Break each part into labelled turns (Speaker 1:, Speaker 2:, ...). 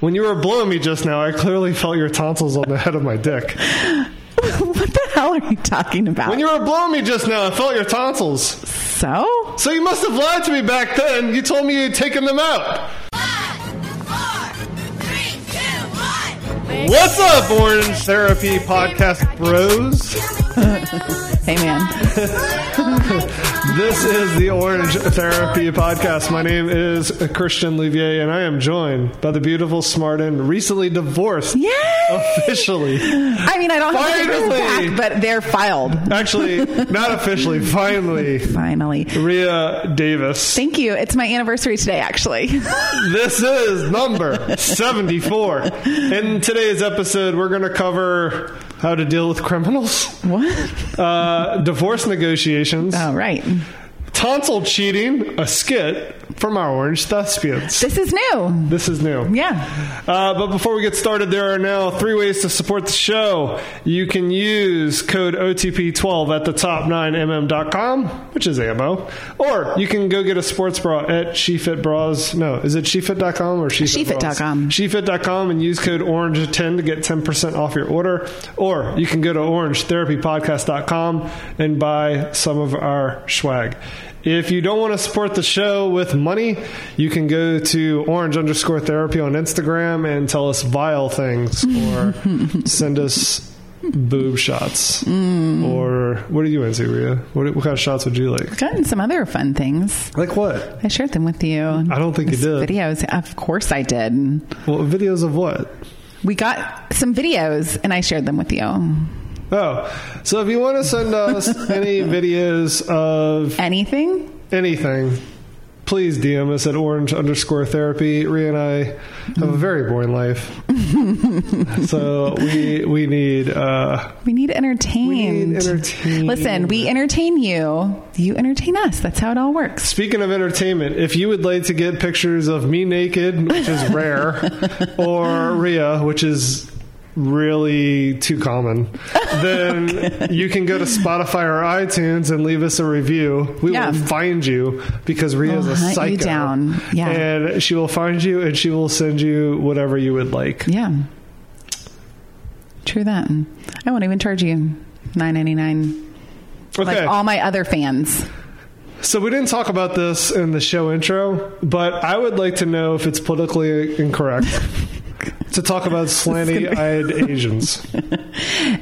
Speaker 1: When you were blowing me just now, I clearly felt your tonsils on the head of my dick.
Speaker 2: what the hell are you talking about?
Speaker 1: When you were blowing me just now, I felt your tonsils.
Speaker 2: so?
Speaker 1: So you must have lied to me back then. You told me you'd taken them out. What's up, Orange Therapy Podcast Bros?
Speaker 2: Hey, man.
Speaker 1: This is the Orange Therapy Podcast. My name is Christian Livier, and I am joined by the beautiful, smart, and recently divorced
Speaker 2: Yay!
Speaker 1: officially.
Speaker 2: I mean, I don't have
Speaker 1: Finally!
Speaker 2: to back, but they're filed.
Speaker 1: Actually, not officially, finally.
Speaker 2: Finally.
Speaker 1: Rhea Davis.
Speaker 2: Thank you. It's my anniversary today, actually.
Speaker 1: This is number 74. In today's episode, we're going to cover how to deal with criminals,
Speaker 2: what?
Speaker 1: uh, divorce negotiations,
Speaker 2: Oh, right.
Speaker 1: tonsil cheating, a skit from our Orange Thespians.
Speaker 2: This is new.
Speaker 1: This is new.
Speaker 2: Yeah.
Speaker 1: Uh, but before we get started, there are now three ways to support the show. You can use code OTP12 at the top9mm.com, which is ammo, or you can go get a sports bra at SheFit Bras. No, is it SheFit.com or SheFit?
Speaker 2: SheFit.com.
Speaker 1: SheFit.com and use code Orange10 to get 10% off your order. Or you can go to OrangeTherapyPodcast.com and buy some of our swag. If you don't want to support the show with money, you can go to orange underscore therapy on Instagram and tell us vile things or send us boob shots. Or what are you into, Rhea? What, what kind of shots would you like?
Speaker 2: Gotten some other fun things.
Speaker 1: Like what?
Speaker 2: I shared them with you. I
Speaker 1: don't think you did.
Speaker 2: Videos. Of course I did.
Speaker 1: Well, videos of what?
Speaker 2: We got some videos and I shared them with you.
Speaker 1: Oh, so if you want to send us any videos of
Speaker 2: Anything?
Speaker 1: anything, please DM us at orange underscore therapy. Rhea and I have a very boring life, so we we need uh,
Speaker 2: We need entertained.
Speaker 1: We need entertained.
Speaker 2: Listen, we entertain you. You entertain us. That's how it all works.
Speaker 1: Speaking of entertainment, if you would like to get pictures of me naked, which is rare, or Rhea, which is really too common, then you can go to Spotify or iTunes and leave us a review. We
Speaker 2: Yeah.
Speaker 1: will find you because Rhea is
Speaker 2: We'll
Speaker 1: a
Speaker 2: hunt you
Speaker 1: psycho.
Speaker 2: down. Yeah.
Speaker 1: And she will find you and she will send you whatever you would like.
Speaker 2: Yeah. True that. I won't even charge you nine ninety nine.
Speaker 1: Okay.
Speaker 2: Like all my other fans.
Speaker 1: So we didn't talk about this in the show intro, but I would like to know if it's politically incorrect to talk about slanty-eyed Asians.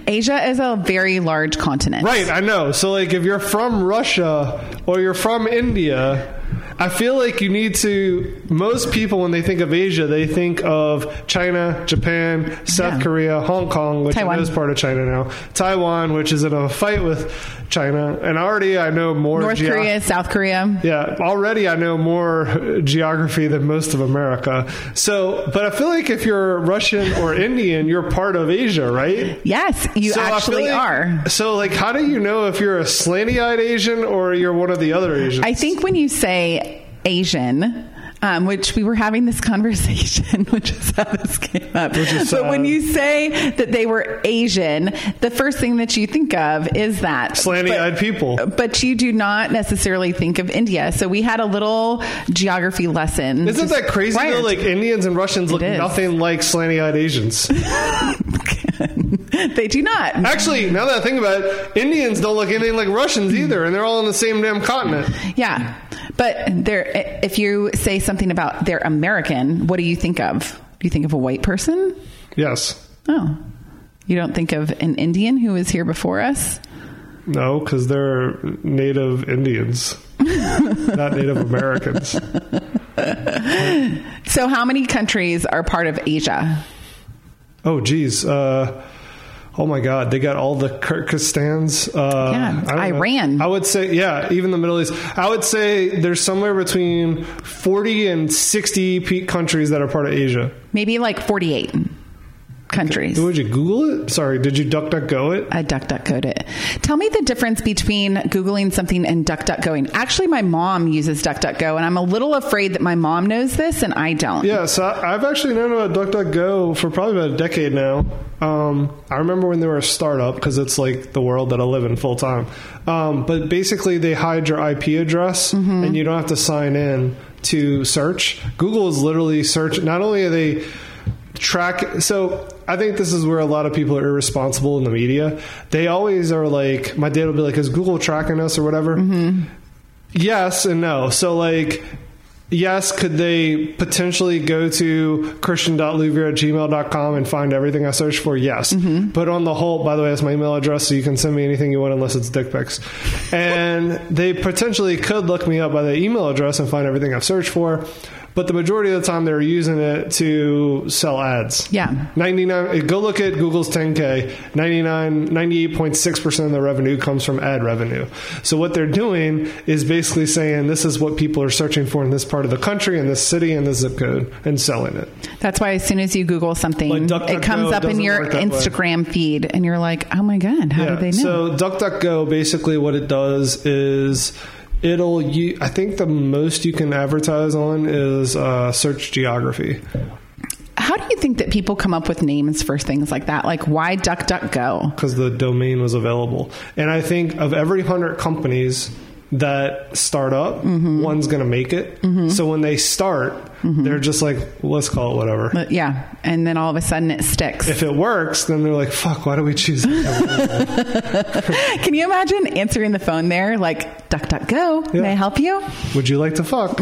Speaker 2: Asia is a very large continent.
Speaker 1: Right, I know. So like if you're from Russia or you're from India, I feel like you need to most people when they think of Asia, they think of China, Japan, South
Speaker 2: Yeah.
Speaker 1: Korea, Hong Kong, which
Speaker 2: Taiwan.
Speaker 1: I know is part of China now. Taiwan, which is in a fight with China, and already I know more
Speaker 2: North
Speaker 1: geo-
Speaker 2: Korea, South Korea.
Speaker 1: yeah, already I know more uh, geography than most of America. So, but I feel like if you're Russian or Indian, you're part of Asia, right?
Speaker 2: Yes, you
Speaker 1: So I feel
Speaker 2: actually
Speaker 1: like-
Speaker 2: are.
Speaker 1: So, like, how do you know if you're a slanty-eyed Asian or you're one of the other Asians?
Speaker 2: I think when you say Asian, um, which we were having this conversation, which is how this came up.
Speaker 1: is uh,
Speaker 2: but when
Speaker 1: sad.
Speaker 2: you say that they were Asian, the first thing that you think of is that
Speaker 1: slanty-eyed
Speaker 2: But- uh,
Speaker 1: people.
Speaker 2: But you do not necessarily think of India. So we had a little geography lesson.
Speaker 1: Isn't that crazy
Speaker 2: prior
Speaker 1: though?
Speaker 2: to-
Speaker 1: Like Indians and Russians look
Speaker 2: is.
Speaker 1: nothing like slanty-eyed Asians.
Speaker 2: they do not.
Speaker 1: Actually, now that I think about it, Indians don't look anything like Russians either, and they're all on the same damn continent.
Speaker 2: Yeah. But there, if you say something about they're American, what do you think of? You think of a white person?
Speaker 1: Yes.
Speaker 2: Oh. You don't think of an Indian who was here before us?
Speaker 1: No, because they're native Indians, not Native Americans.
Speaker 2: So, how many countries are part of Asia?
Speaker 1: Oh, geez. Uh, oh my God, they got all the Kyrgyzstans. Uh,
Speaker 2: Yeah,
Speaker 1: I don't know.
Speaker 2: Iran.
Speaker 1: I would say, yeah, even the Middle East. I would say there's somewhere between 40 and 60 pe- countries that are part of Asia.
Speaker 2: Maybe like 48 countries.
Speaker 1: Would you Google it? Sorry, did you duck duck go it?
Speaker 2: I DuckDuckGoed it. Tell me the difference between Googling something and DuckDuckGoing. Actually, my mom uses DuckDuckGo, and I'm a little afraid that my mom knows this and I don't.
Speaker 1: Yeah, so I- I've actually known about DuckDuckGo for probably about a decade now. Um, I remember when they were a startup because it's like the world that I live in full time. Um, but basically, they hide your IP address and you don't have to sign in to search. Google is literally search. Not only are they track. So I think this is where a lot of people are irresponsible in the media. They always are like, my dad will be like, is Google tracking us or whatever? Yes and no. So like, yes, could they potentially go to christian.luvier at gmail.com and find everything I search for? Yes. But on the whole, by the way, that's my email address, so you can send me anything you want unless it's dick pics. And they potentially could look me up by the email address and find everything I've searched for. But the majority of the time, they're using it to sell ads.
Speaker 2: Yeah.
Speaker 1: 99 go look at google's 10k 99 98.6% of the revenue comes from ad revenue so what they're doing is basically saying this is what people are searching for in this part of the country in this city and this zip code and selling it
Speaker 2: That's why as soon as you Google something,
Speaker 1: Like DuckDuckGo,
Speaker 2: it comes up
Speaker 1: it
Speaker 2: in
Speaker 1: doesn't
Speaker 2: your
Speaker 1: work that way.
Speaker 2: Instagram feed, and you're like, "Oh my god, how did they know?"
Speaker 1: So DuckDuckGo basically what it does is it'll you I think the most you can advertise on is uh, search geography.
Speaker 2: how do you think that people come up with names for things like that? Like, why DuckDuckGo?
Speaker 1: because the domain was available. And I think of every hundred companies that start up,
Speaker 2: Mm-hmm.
Speaker 1: one's going to make it. So when they start, they're just like, let's call it whatever.
Speaker 2: But Uh, yeah, and then all of a sudden it sticks.
Speaker 1: if it works, then they're like, fuck, why do we choose that?
Speaker 2: Can you imagine answering the phone there, like DuckDuckGo? May I help you?
Speaker 1: Would you like to fuck?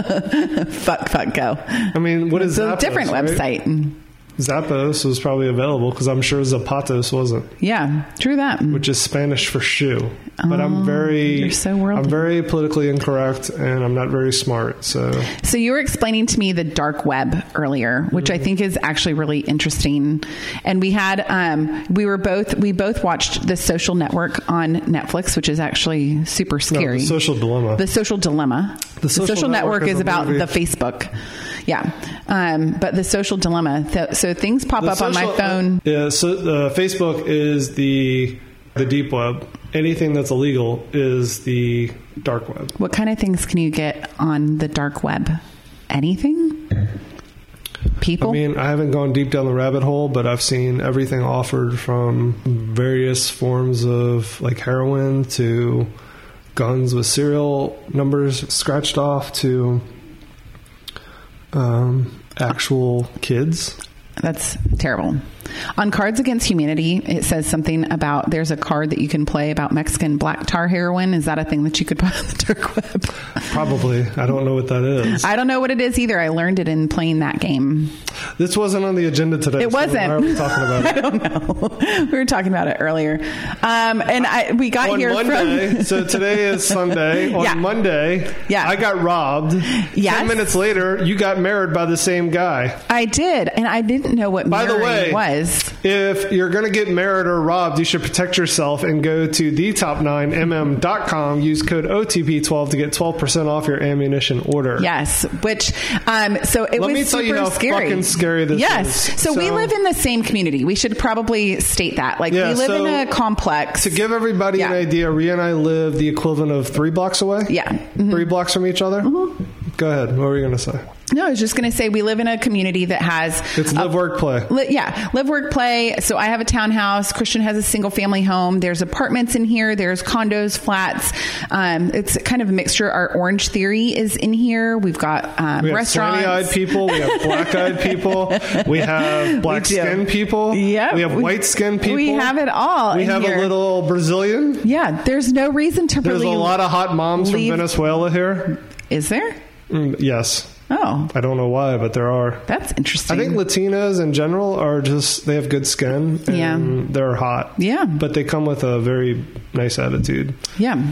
Speaker 2: Fuck, fuck, go.
Speaker 1: I mean, what is
Speaker 2: It's a
Speaker 1: Zappos,
Speaker 2: different
Speaker 1: right?
Speaker 2: website.
Speaker 1: Zappos was probably available because I'm sure Zapatos wasn't,
Speaker 2: Yeah, true that.
Speaker 1: which is Spanish for shoe. But I'm very,
Speaker 2: Oh, you're so worldly.
Speaker 1: I'm very politically incorrect and I'm not very smart. So
Speaker 2: So you were explaining to me the dark web earlier, which
Speaker 1: Mm-hmm.
Speaker 2: I think is actually really interesting. And we had um, we were both we both watched the Social Network on Netflix, which is actually super
Speaker 1: no,
Speaker 2: scary.
Speaker 1: the social dilemma.
Speaker 2: The social dilemma. The
Speaker 1: Social Network
Speaker 2: network,
Speaker 1: is
Speaker 2: is
Speaker 1: a
Speaker 2: about
Speaker 1: movie.
Speaker 2: the Facebook. Yeah, um, but the social dilemma. Th- so things pop up on my
Speaker 1: social- uh,
Speaker 2: phone.
Speaker 1: Yeah, so uh, Facebook is the the deep web. Anything that's illegal is the dark web.
Speaker 2: what kind of things can you get on the dark web? Anything? People?
Speaker 1: I mean, I haven't gone deep down the rabbit hole, but I've seen everything offered from various forms of like heroin to guns with serial numbers scratched off to um, actual kids.
Speaker 2: That's terrible. On Cards Against Humanity, it says something about there's a card that you can play about Mexican black tar heroin. Is that a thing that you could buy on the dark web?
Speaker 1: Probably, I don't know what that is.
Speaker 2: I don't know what it is either. I learned it in playing that game.
Speaker 1: This wasn't on the agenda today.
Speaker 2: It
Speaker 1: so why
Speaker 2: wasn't.
Speaker 1: are we talking about it?
Speaker 2: I don't know. we were talking about it earlier, um, and I we got
Speaker 1: on
Speaker 2: here
Speaker 1: Monday.
Speaker 2: from
Speaker 1: so today is Sunday. On
Speaker 2: Yeah.
Speaker 1: Monday,
Speaker 2: Yeah.
Speaker 1: I got robbed.
Speaker 2: Yes.
Speaker 1: Ten minutes later, you got married by the same guy.
Speaker 2: I did, and I didn't know what
Speaker 1: By the way,
Speaker 2: mirroring was.
Speaker 1: if you're going to get married or robbed, you should protect yourself and go to thetop9mm.com. Use code OTP12 to get 12% off your ammunition order.
Speaker 2: Yes, which um, so it
Speaker 1: Let
Speaker 2: was
Speaker 1: me tell
Speaker 2: super
Speaker 1: you how
Speaker 2: scary.
Speaker 1: fucking scary this
Speaker 2: yes.
Speaker 1: is.
Speaker 2: So, we
Speaker 1: So-
Speaker 2: live in the same community. We should probably state that. Like
Speaker 1: Yeah,
Speaker 2: we live
Speaker 1: so-
Speaker 2: in a complex.
Speaker 1: To give everybody
Speaker 2: Yeah.
Speaker 1: an idea, Ria and I live the equivalent of three blocks away.
Speaker 2: Yeah. Mm-hmm.
Speaker 1: Three blocks from each other. Go ahead. What were you going to say?
Speaker 2: no, I was just going to say we live in a community that has uh,
Speaker 1: It's live, work, play.
Speaker 2: Li- yeah, live, work, play. So I have a townhouse. Christian has a single family home. There's apartments in here. There's condos, flats. Um, it's kind of a mixture. Our Orange Theory is in here. We've got um,
Speaker 1: We have
Speaker 2: restaurants.
Speaker 1: eyed people. We have black eyed people. We have black
Speaker 2: do.
Speaker 1: skinned people.
Speaker 2: Yep.
Speaker 1: We have
Speaker 2: We-
Speaker 1: white skinned people.
Speaker 2: we have it all
Speaker 1: We
Speaker 2: in
Speaker 1: have
Speaker 2: here.
Speaker 1: a little Brazilian.
Speaker 2: yeah, there's no reason to
Speaker 1: There's
Speaker 2: really.
Speaker 1: a lot of hot moms
Speaker 2: leave-
Speaker 1: from Venezuela here.
Speaker 2: is there?
Speaker 1: Mm, yes.
Speaker 2: Oh,
Speaker 1: I don't know why, but there are.
Speaker 2: that's
Speaker 1: I
Speaker 2: interesting.
Speaker 1: think Latinas in general are just, they have good skin. And
Speaker 2: Yeah.
Speaker 1: They're hot.
Speaker 2: Yeah.
Speaker 1: But they come with a very nice attitude.
Speaker 2: Yeah.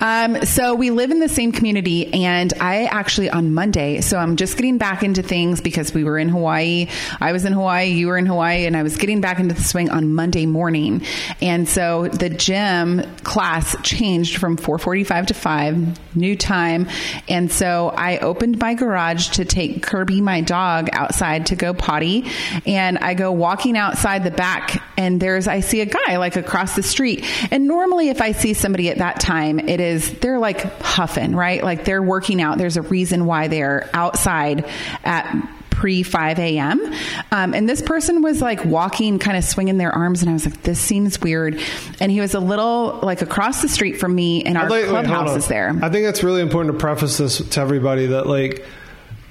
Speaker 2: Um, so we live in the same community, and I actually on Monday, so I'm just getting back into things because we were in Hawaii. I was in Hawaii, you were in Hawaii, and I was getting back into the swing on Monday morning. And so the gym class changed from 4:45 to 5, new time. And so I opened my garage to take Kirby, my dog, outside to go potty, and I go walking outside the back, and there's I see a guy like across the street, and normally if I see somebody at that time, it is they're like huffing, right? Like they're working out. There's a reason why they're outside at pre 5 a.m. Um, and this person was like walking, kind of swinging their arms, and I was like, this seems weird. And he was a little like across the street from me, and our
Speaker 1: I'd like- wait, hold
Speaker 2: clubhouse
Speaker 1: on.
Speaker 2: is there.
Speaker 1: I think it's really important to preface this to everybody that like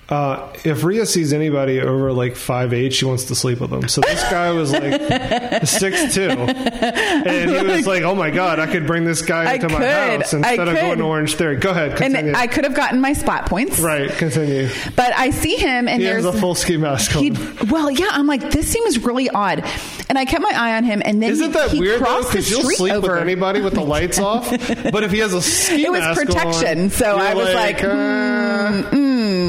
Speaker 1: Uh, if Ria sees anybody over like five eight, she wants to sleep with them. So this guy was like six two, and he was like, "Oh my god, I could bring this guy
Speaker 2: I
Speaker 1: into my
Speaker 2: could.
Speaker 1: house
Speaker 2: I
Speaker 1: instead of going
Speaker 2: could.
Speaker 1: to Orange Theory." Go ahead,
Speaker 2: And
Speaker 1: continue.
Speaker 2: I could have gotten my spot points.
Speaker 1: right, continue.
Speaker 2: But I see him and
Speaker 1: He
Speaker 2: there's
Speaker 1: has a full ski mask on.
Speaker 2: he well, yeah, I'm like, this seems really odd. And I kept my eye on him and then
Speaker 1: Isn't
Speaker 2: he,
Speaker 1: that
Speaker 2: he
Speaker 1: weird though?
Speaker 2: crossed the
Speaker 1: Because you'll
Speaker 2: street
Speaker 1: sleep
Speaker 2: over.
Speaker 1: with anybody with the lights off, but if he has a ski
Speaker 2: It was
Speaker 1: mask
Speaker 2: protection,
Speaker 1: on,
Speaker 2: so I
Speaker 1: you're
Speaker 2: was like, mm,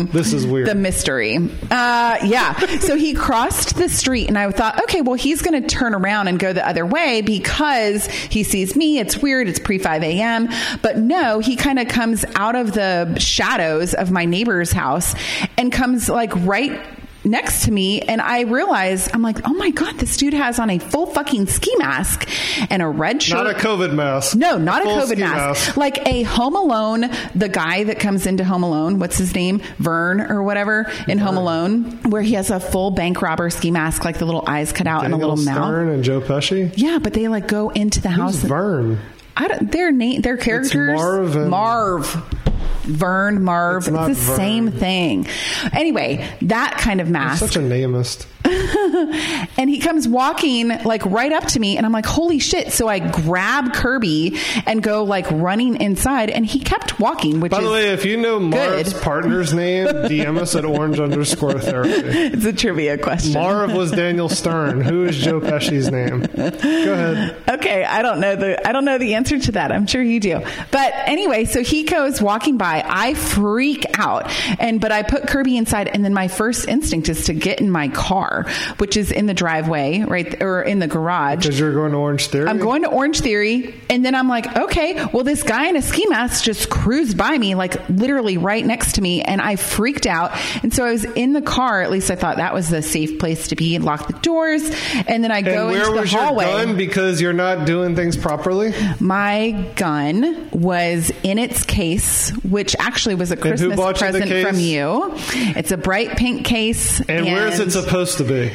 Speaker 1: uh, "This is weird."
Speaker 2: the mystery. Uh, yeah. so he crossed the street, and I thought, okay, well, he's going to turn around and go the other way because he sees me. It's weird. It's pre 5 a.m. But no, he kind of comes out of the shadows of my neighbor's house and comes like right next to me and I realize I'm like, "Oh my god, this dude has on a full fucking ski mask and a red shirt."
Speaker 1: not a COVID mask.
Speaker 2: No, not a
Speaker 1: Full
Speaker 2: COVID
Speaker 1: ski
Speaker 2: mask. Like a Home Alone, the guy that comes into Home Alone, what's his name? Vern or whatever in Home Alone, where he has a full bank robber ski mask, like the little eyes cut out and a
Speaker 1: Daniel
Speaker 2: little mouth.
Speaker 1: Stern and Joe Pesci.
Speaker 2: Yeah, but they like go into the
Speaker 1: Who's
Speaker 2: house.
Speaker 1: Vern?
Speaker 2: I don't, their name, their characters,
Speaker 1: Marv and-
Speaker 2: Marv. Vern, Marv,
Speaker 1: It's
Speaker 2: it's,
Speaker 1: not
Speaker 2: the
Speaker 1: Vern.
Speaker 2: same thing. Anyway, that kind of mask.
Speaker 1: Such a namist.
Speaker 2: And he comes walking like right up to me and I'm like, holy shit. So I grab Kirby and go like running inside and he kept walking, which
Speaker 1: By
Speaker 2: is
Speaker 1: the way, if you know Marv's
Speaker 2: Good.
Speaker 1: partner's name, DM us at orange underscore therapy.
Speaker 2: it's a trivia question.
Speaker 1: Marv was Daniel Stern. Who is Joe Pesci's name? Go ahead.
Speaker 2: okay, I don't know the I don't know the answer to that. I'm sure you do. But anyway, so he goes walking by. I freak out. And but I put Kirby inside and then my first instinct is to get in my car, which is in the driveway, right or in the garage.
Speaker 1: Because you're going to Orange Theory.
Speaker 2: I'm going to Orange Theory, and then I'm like, okay, well, this guy in a ski mask just cruised by me, like literally right next to me, and I freaked out. And so I was in the car. At least I thought that was the safe place to be and lock the doors. And then I
Speaker 1: And
Speaker 2: go
Speaker 1: where
Speaker 2: into the
Speaker 1: was
Speaker 2: hallway.
Speaker 1: your gun? Because you're not doing things properly.
Speaker 2: My gun was in its case, which actually was a Christmas
Speaker 1: bought you the
Speaker 2: present
Speaker 1: case?
Speaker 2: from you. It's a bright pink case.
Speaker 1: And, where's it supposed to be?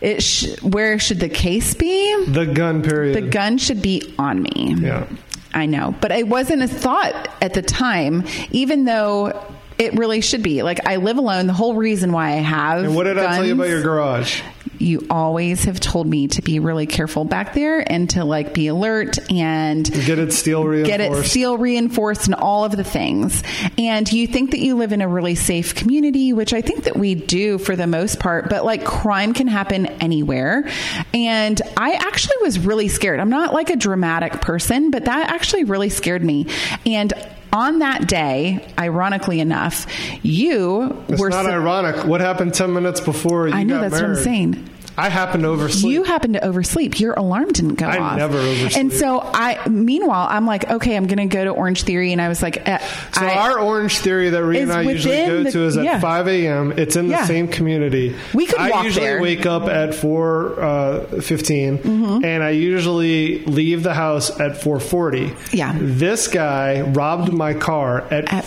Speaker 2: it sh- where should the case be?
Speaker 1: The gun period.
Speaker 2: The gun should be on me.
Speaker 1: Yeah.
Speaker 2: I know, but it wasn't a thought at the time, even though it really should be. Like I live alone. The whole reason why I have
Speaker 1: And what did I tell you about
Speaker 2: guns-
Speaker 1: your garage?
Speaker 2: You always have told me to be really careful back there and to like be alert and
Speaker 1: Get it steel
Speaker 2: get it
Speaker 1: reinforced.
Speaker 2: seal reinforced and all of the things. And you think that you live in a really safe community, which I think that we do for the most part, but like crime can happen anywhere. And I actually was really scared. I'm not like a dramatic person, but that actually really scared me. And on that day, ironically enough, you
Speaker 1: It's
Speaker 2: were
Speaker 1: not
Speaker 2: so-
Speaker 1: ironic. What happened ten minutes before you
Speaker 2: I know
Speaker 1: got
Speaker 2: that's what I'm
Speaker 1: married?
Speaker 2: saying.
Speaker 1: I happened to oversleep.
Speaker 2: You happened to oversleep. Your alarm didn't go
Speaker 1: I
Speaker 2: off.
Speaker 1: never oversleep.
Speaker 2: And so I, meanwhile, I'm like, okay, I'm going to go to Orange Theory, and I was like, eh,
Speaker 1: So
Speaker 2: I,
Speaker 1: our orange theory that Rita
Speaker 2: Is
Speaker 1: and I usually
Speaker 2: within
Speaker 1: go
Speaker 2: the-
Speaker 1: to is at
Speaker 2: yeah.
Speaker 1: 5 a.m. It's in the
Speaker 2: Yeah.
Speaker 1: same community.
Speaker 2: We could
Speaker 1: I
Speaker 2: walk
Speaker 1: usually
Speaker 2: there.
Speaker 1: wake up at 4 uh, 15,
Speaker 2: Mm-hmm.
Speaker 1: and I usually leave the house at 4:40.
Speaker 2: Yeah.
Speaker 1: This guy robbed my car at,
Speaker 2: at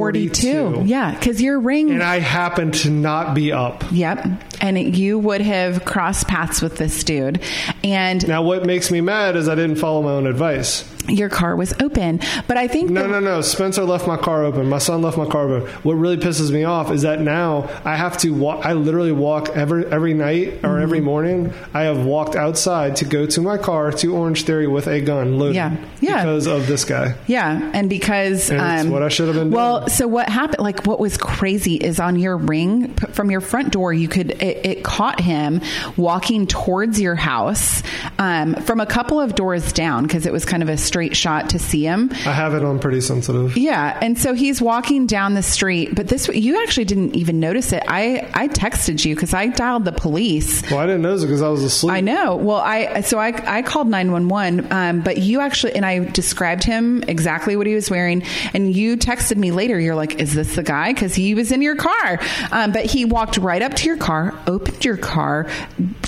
Speaker 2: 4:42. Yeah, because your ring.
Speaker 1: And I happened to not be up.
Speaker 2: yep, and it, you would have crossed paths with this dude, and
Speaker 1: Now, what makes me mad is I didn't follow my own advice.
Speaker 2: your car was open. But I think
Speaker 1: No,
Speaker 2: that-
Speaker 1: no, no. Spencer left my car open. My son left my car open. What really pisses me off is that now I have to walk. I literally walk every every night or
Speaker 2: Mm-hmm.
Speaker 1: every morning. I have walked outside to go to my car to Orange Theory with a gun loaded.
Speaker 2: Yeah. Yeah.
Speaker 1: Because of this guy.
Speaker 2: Yeah, and because
Speaker 1: And it's
Speaker 2: um,
Speaker 1: what I should have been
Speaker 2: Well,
Speaker 1: doing.
Speaker 2: so what happened? Like, what was crazy is on your ring p- from your front door, you could it, it caught him walking towards your house um, from a couple of doors down because it was kind of a straight shot to see him.
Speaker 1: I have it on pretty sensitive.
Speaker 2: Yeah, and so he's walking down the street, but this you actually didn't even notice it. I I texted you because I dialed the police
Speaker 1: Well, I didn't notice it because I was asleep.
Speaker 2: I know. Well, I so I I called nine one one, um, but you actually and I described him exactly what he was wearing, and you texted me later. You're like, "Is this the guy?" Because he was in your car, um, but he walked right up to your car, opened your car,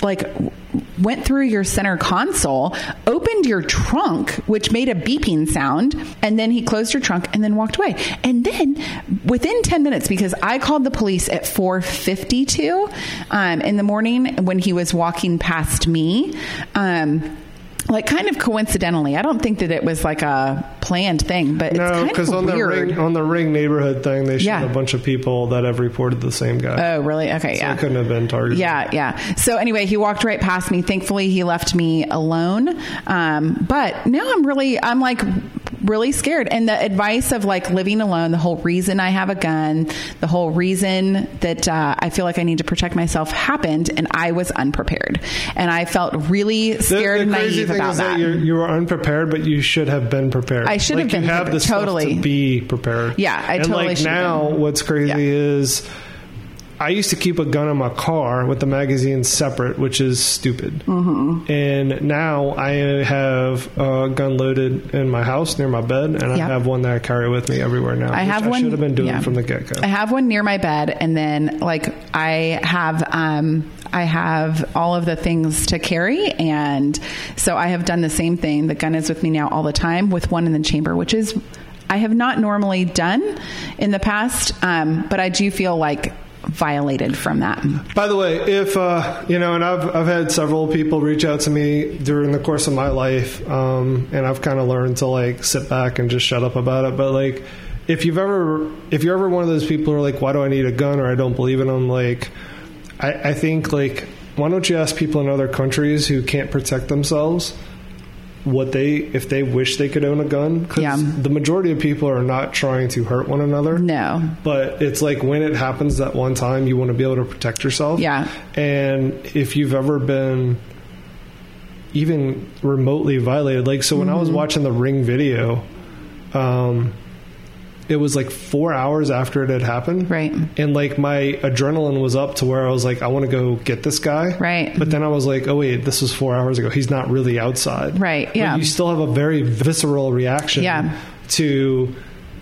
Speaker 2: like w- went through your center console, opened your trunk, which made a beeping sound, and then he closed your trunk and then walked away. And then within ten minutes, because I called the police at four fifty two um, in the morning when he was walking past me. Um, like kind of coincidentally. I don't think that it was like a planned thing, but it's
Speaker 1: No,
Speaker 2: kind
Speaker 1: because
Speaker 2: of
Speaker 1: on the
Speaker 2: weird.
Speaker 1: ring on the ring neighborhood thing, they showed
Speaker 2: Yeah.
Speaker 1: a bunch of people that have reported the same guy.
Speaker 2: oh, really? Okay,
Speaker 1: It
Speaker 2: yeah.
Speaker 1: couldn't have been targeted.
Speaker 2: Yeah, yeah. So anyway, he walked right past me. Thankfully, he left me alone. Um, but now I'm really, I'm like really scared. And the advice of like living alone, the whole reason I have a gun, the whole reason that uh, I feel like I need to protect myself happened, and I was unprepared, and I felt really
Speaker 1: The,
Speaker 2: scared
Speaker 1: the
Speaker 2: and
Speaker 1: crazy
Speaker 2: naive
Speaker 1: thing
Speaker 2: about
Speaker 1: is that,
Speaker 2: that.
Speaker 1: you're, you were unprepared, but you should have been prepared.
Speaker 2: I should
Speaker 1: Like,
Speaker 2: have been
Speaker 1: You have the
Speaker 2: prepared. Totally.
Speaker 1: stuff to be prepared.
Speaker 2: Yeah, I
Speaker 1: and
Speaker 2: totally
Speaker 1: like
Speaker 2: should have
Speaker 1: now, what's crazy
Speaker 2: Yeah.
Speaker 1: is I used to keep a gun in my car with the magazine separate, which is stupid. Mm-hmm. And now I have a gun loaded in my house near my bed, and I
Speaker 2: Yeah.
Speaker 1: have one that I carry with me everywhere now.
Speaker 2: I
Speaker 1: which
Speaker 2: have
Speaker 1: I
Speaker 2: one.
Speaker 1: should have been doing
Speaker 2: yeah.
Speaker 1: from the get go.
Speaker 2: I have one near my bed, and then like I have, um, I have all of the things to carry, and so I have done the same thing. The gun is with me now all the time, with one in the chamber, which is I have not normally done in the past, um, but I do feel like violated from that.
Speaker 1: By the way, if uh, you know, and I've I've had several people reach out to me during the course of my life, um, and I've kind of learned to like sit back and just shut up about it. But like, if you've ever, if you're ever one of those people who are like, why do I need a gun or I don't believe in them, like, I, I think like, why don't you ask people in other countries who can't protect themselves? What they if they wish they could own a gun? Because
Speaker 2: Yeah.
Speaker 1: the majority of people are not trying to hurt one another
Speaker 2: No,
Speaker 1: but it's like when it happens that one time you want to be able to protect yourself
Speaker 2: Yeah.
Speaker 1: and if you've ever been even remotely violated like so when i
Speaker 2: Mm-hmm.
Speaker 1: was watching the ring video um it was like four hours after it had happened
Speaker 2: Right.
Speaker 1: and like my adrenaline was up to where i was like i want to go get this guy
Speaker 2: Right.
Speaker 1: but then i was like oh wait this was four hours ago he's not really outside
Speaker 2: Right,
Speaker 1: But
Speaker 2: yeah.
Speaker 1: you still have a very visceral reaction
Speaker 2: Yeah.
Speaker 1: to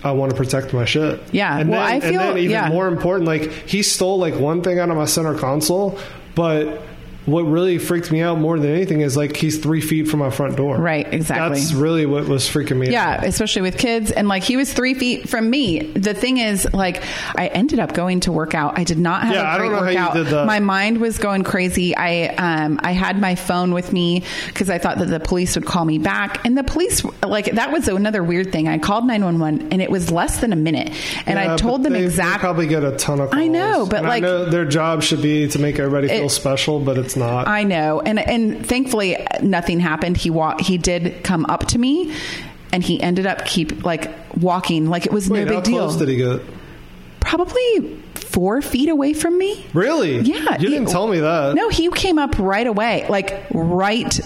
Speaker 1: i want to protect my shit
Speaker 2: Yeah.
Speaker 1: and
Speaker 2: Well,
Speaker 1: then,
Speaker 2: I
Speaker 1: and
Speaker 2: feel-
Speaker 1: then even
Speaker 2: yeah.
Speaker 1: more important, like he stole like one thing out of my center console, but what really freaked me out more than anything is like he's three feet from my front door.
Speaker 2: Right, exactly.
Speaker 1: That's really what was freaking me out.
Speaker 2: Yeah, especially with kids. And like he was three feet from me. The thing is, like I ended up going to work out. I did not have
Speaker 1: Yeah, I
Speaker 2: a great
Speaker 1: don't know how you
Speaker 2: workout.
Speaker 1: did that.
Speaker 2: My mind was going crazy. I um I had my phone with me because I thought that the police would call me back. And the police like that was another weird thing. I called nine one one and it was less than a minute. And
Speaker 1: Yeah,
Speaker 2: I told
Speaker 1: Uh, but
Speaker 2: them
Speaker 1: they, they
Speaker 2: exactly
Speaker 1: probably get a ton of. Calls.
Speaker 2: I know, but,
Speaker 1: And
Speaker 2: like-
Speaker 1: I know their job should be to make everybody feel
Speaker 2: It-
Speaker 1: special, but it's not.
Speaker 2: I know, and and thankfully nothing happened. He walked. He did come up to me, and he ended up keep like walking like it was
Speaker 1: Wait,
Speaker 2: no big
Speaker 1: how
Speaker 2: deal.
Speaker 1: close did he get?
Speaker 2: probably four feet away from me.
Speaker 1: Really?
Speaker 2: Yeah.
Speaker 1: You didn't
Speaker 2: he-
Speaker 1: tell me that.
Speaker 2: No, he came up right away, like right.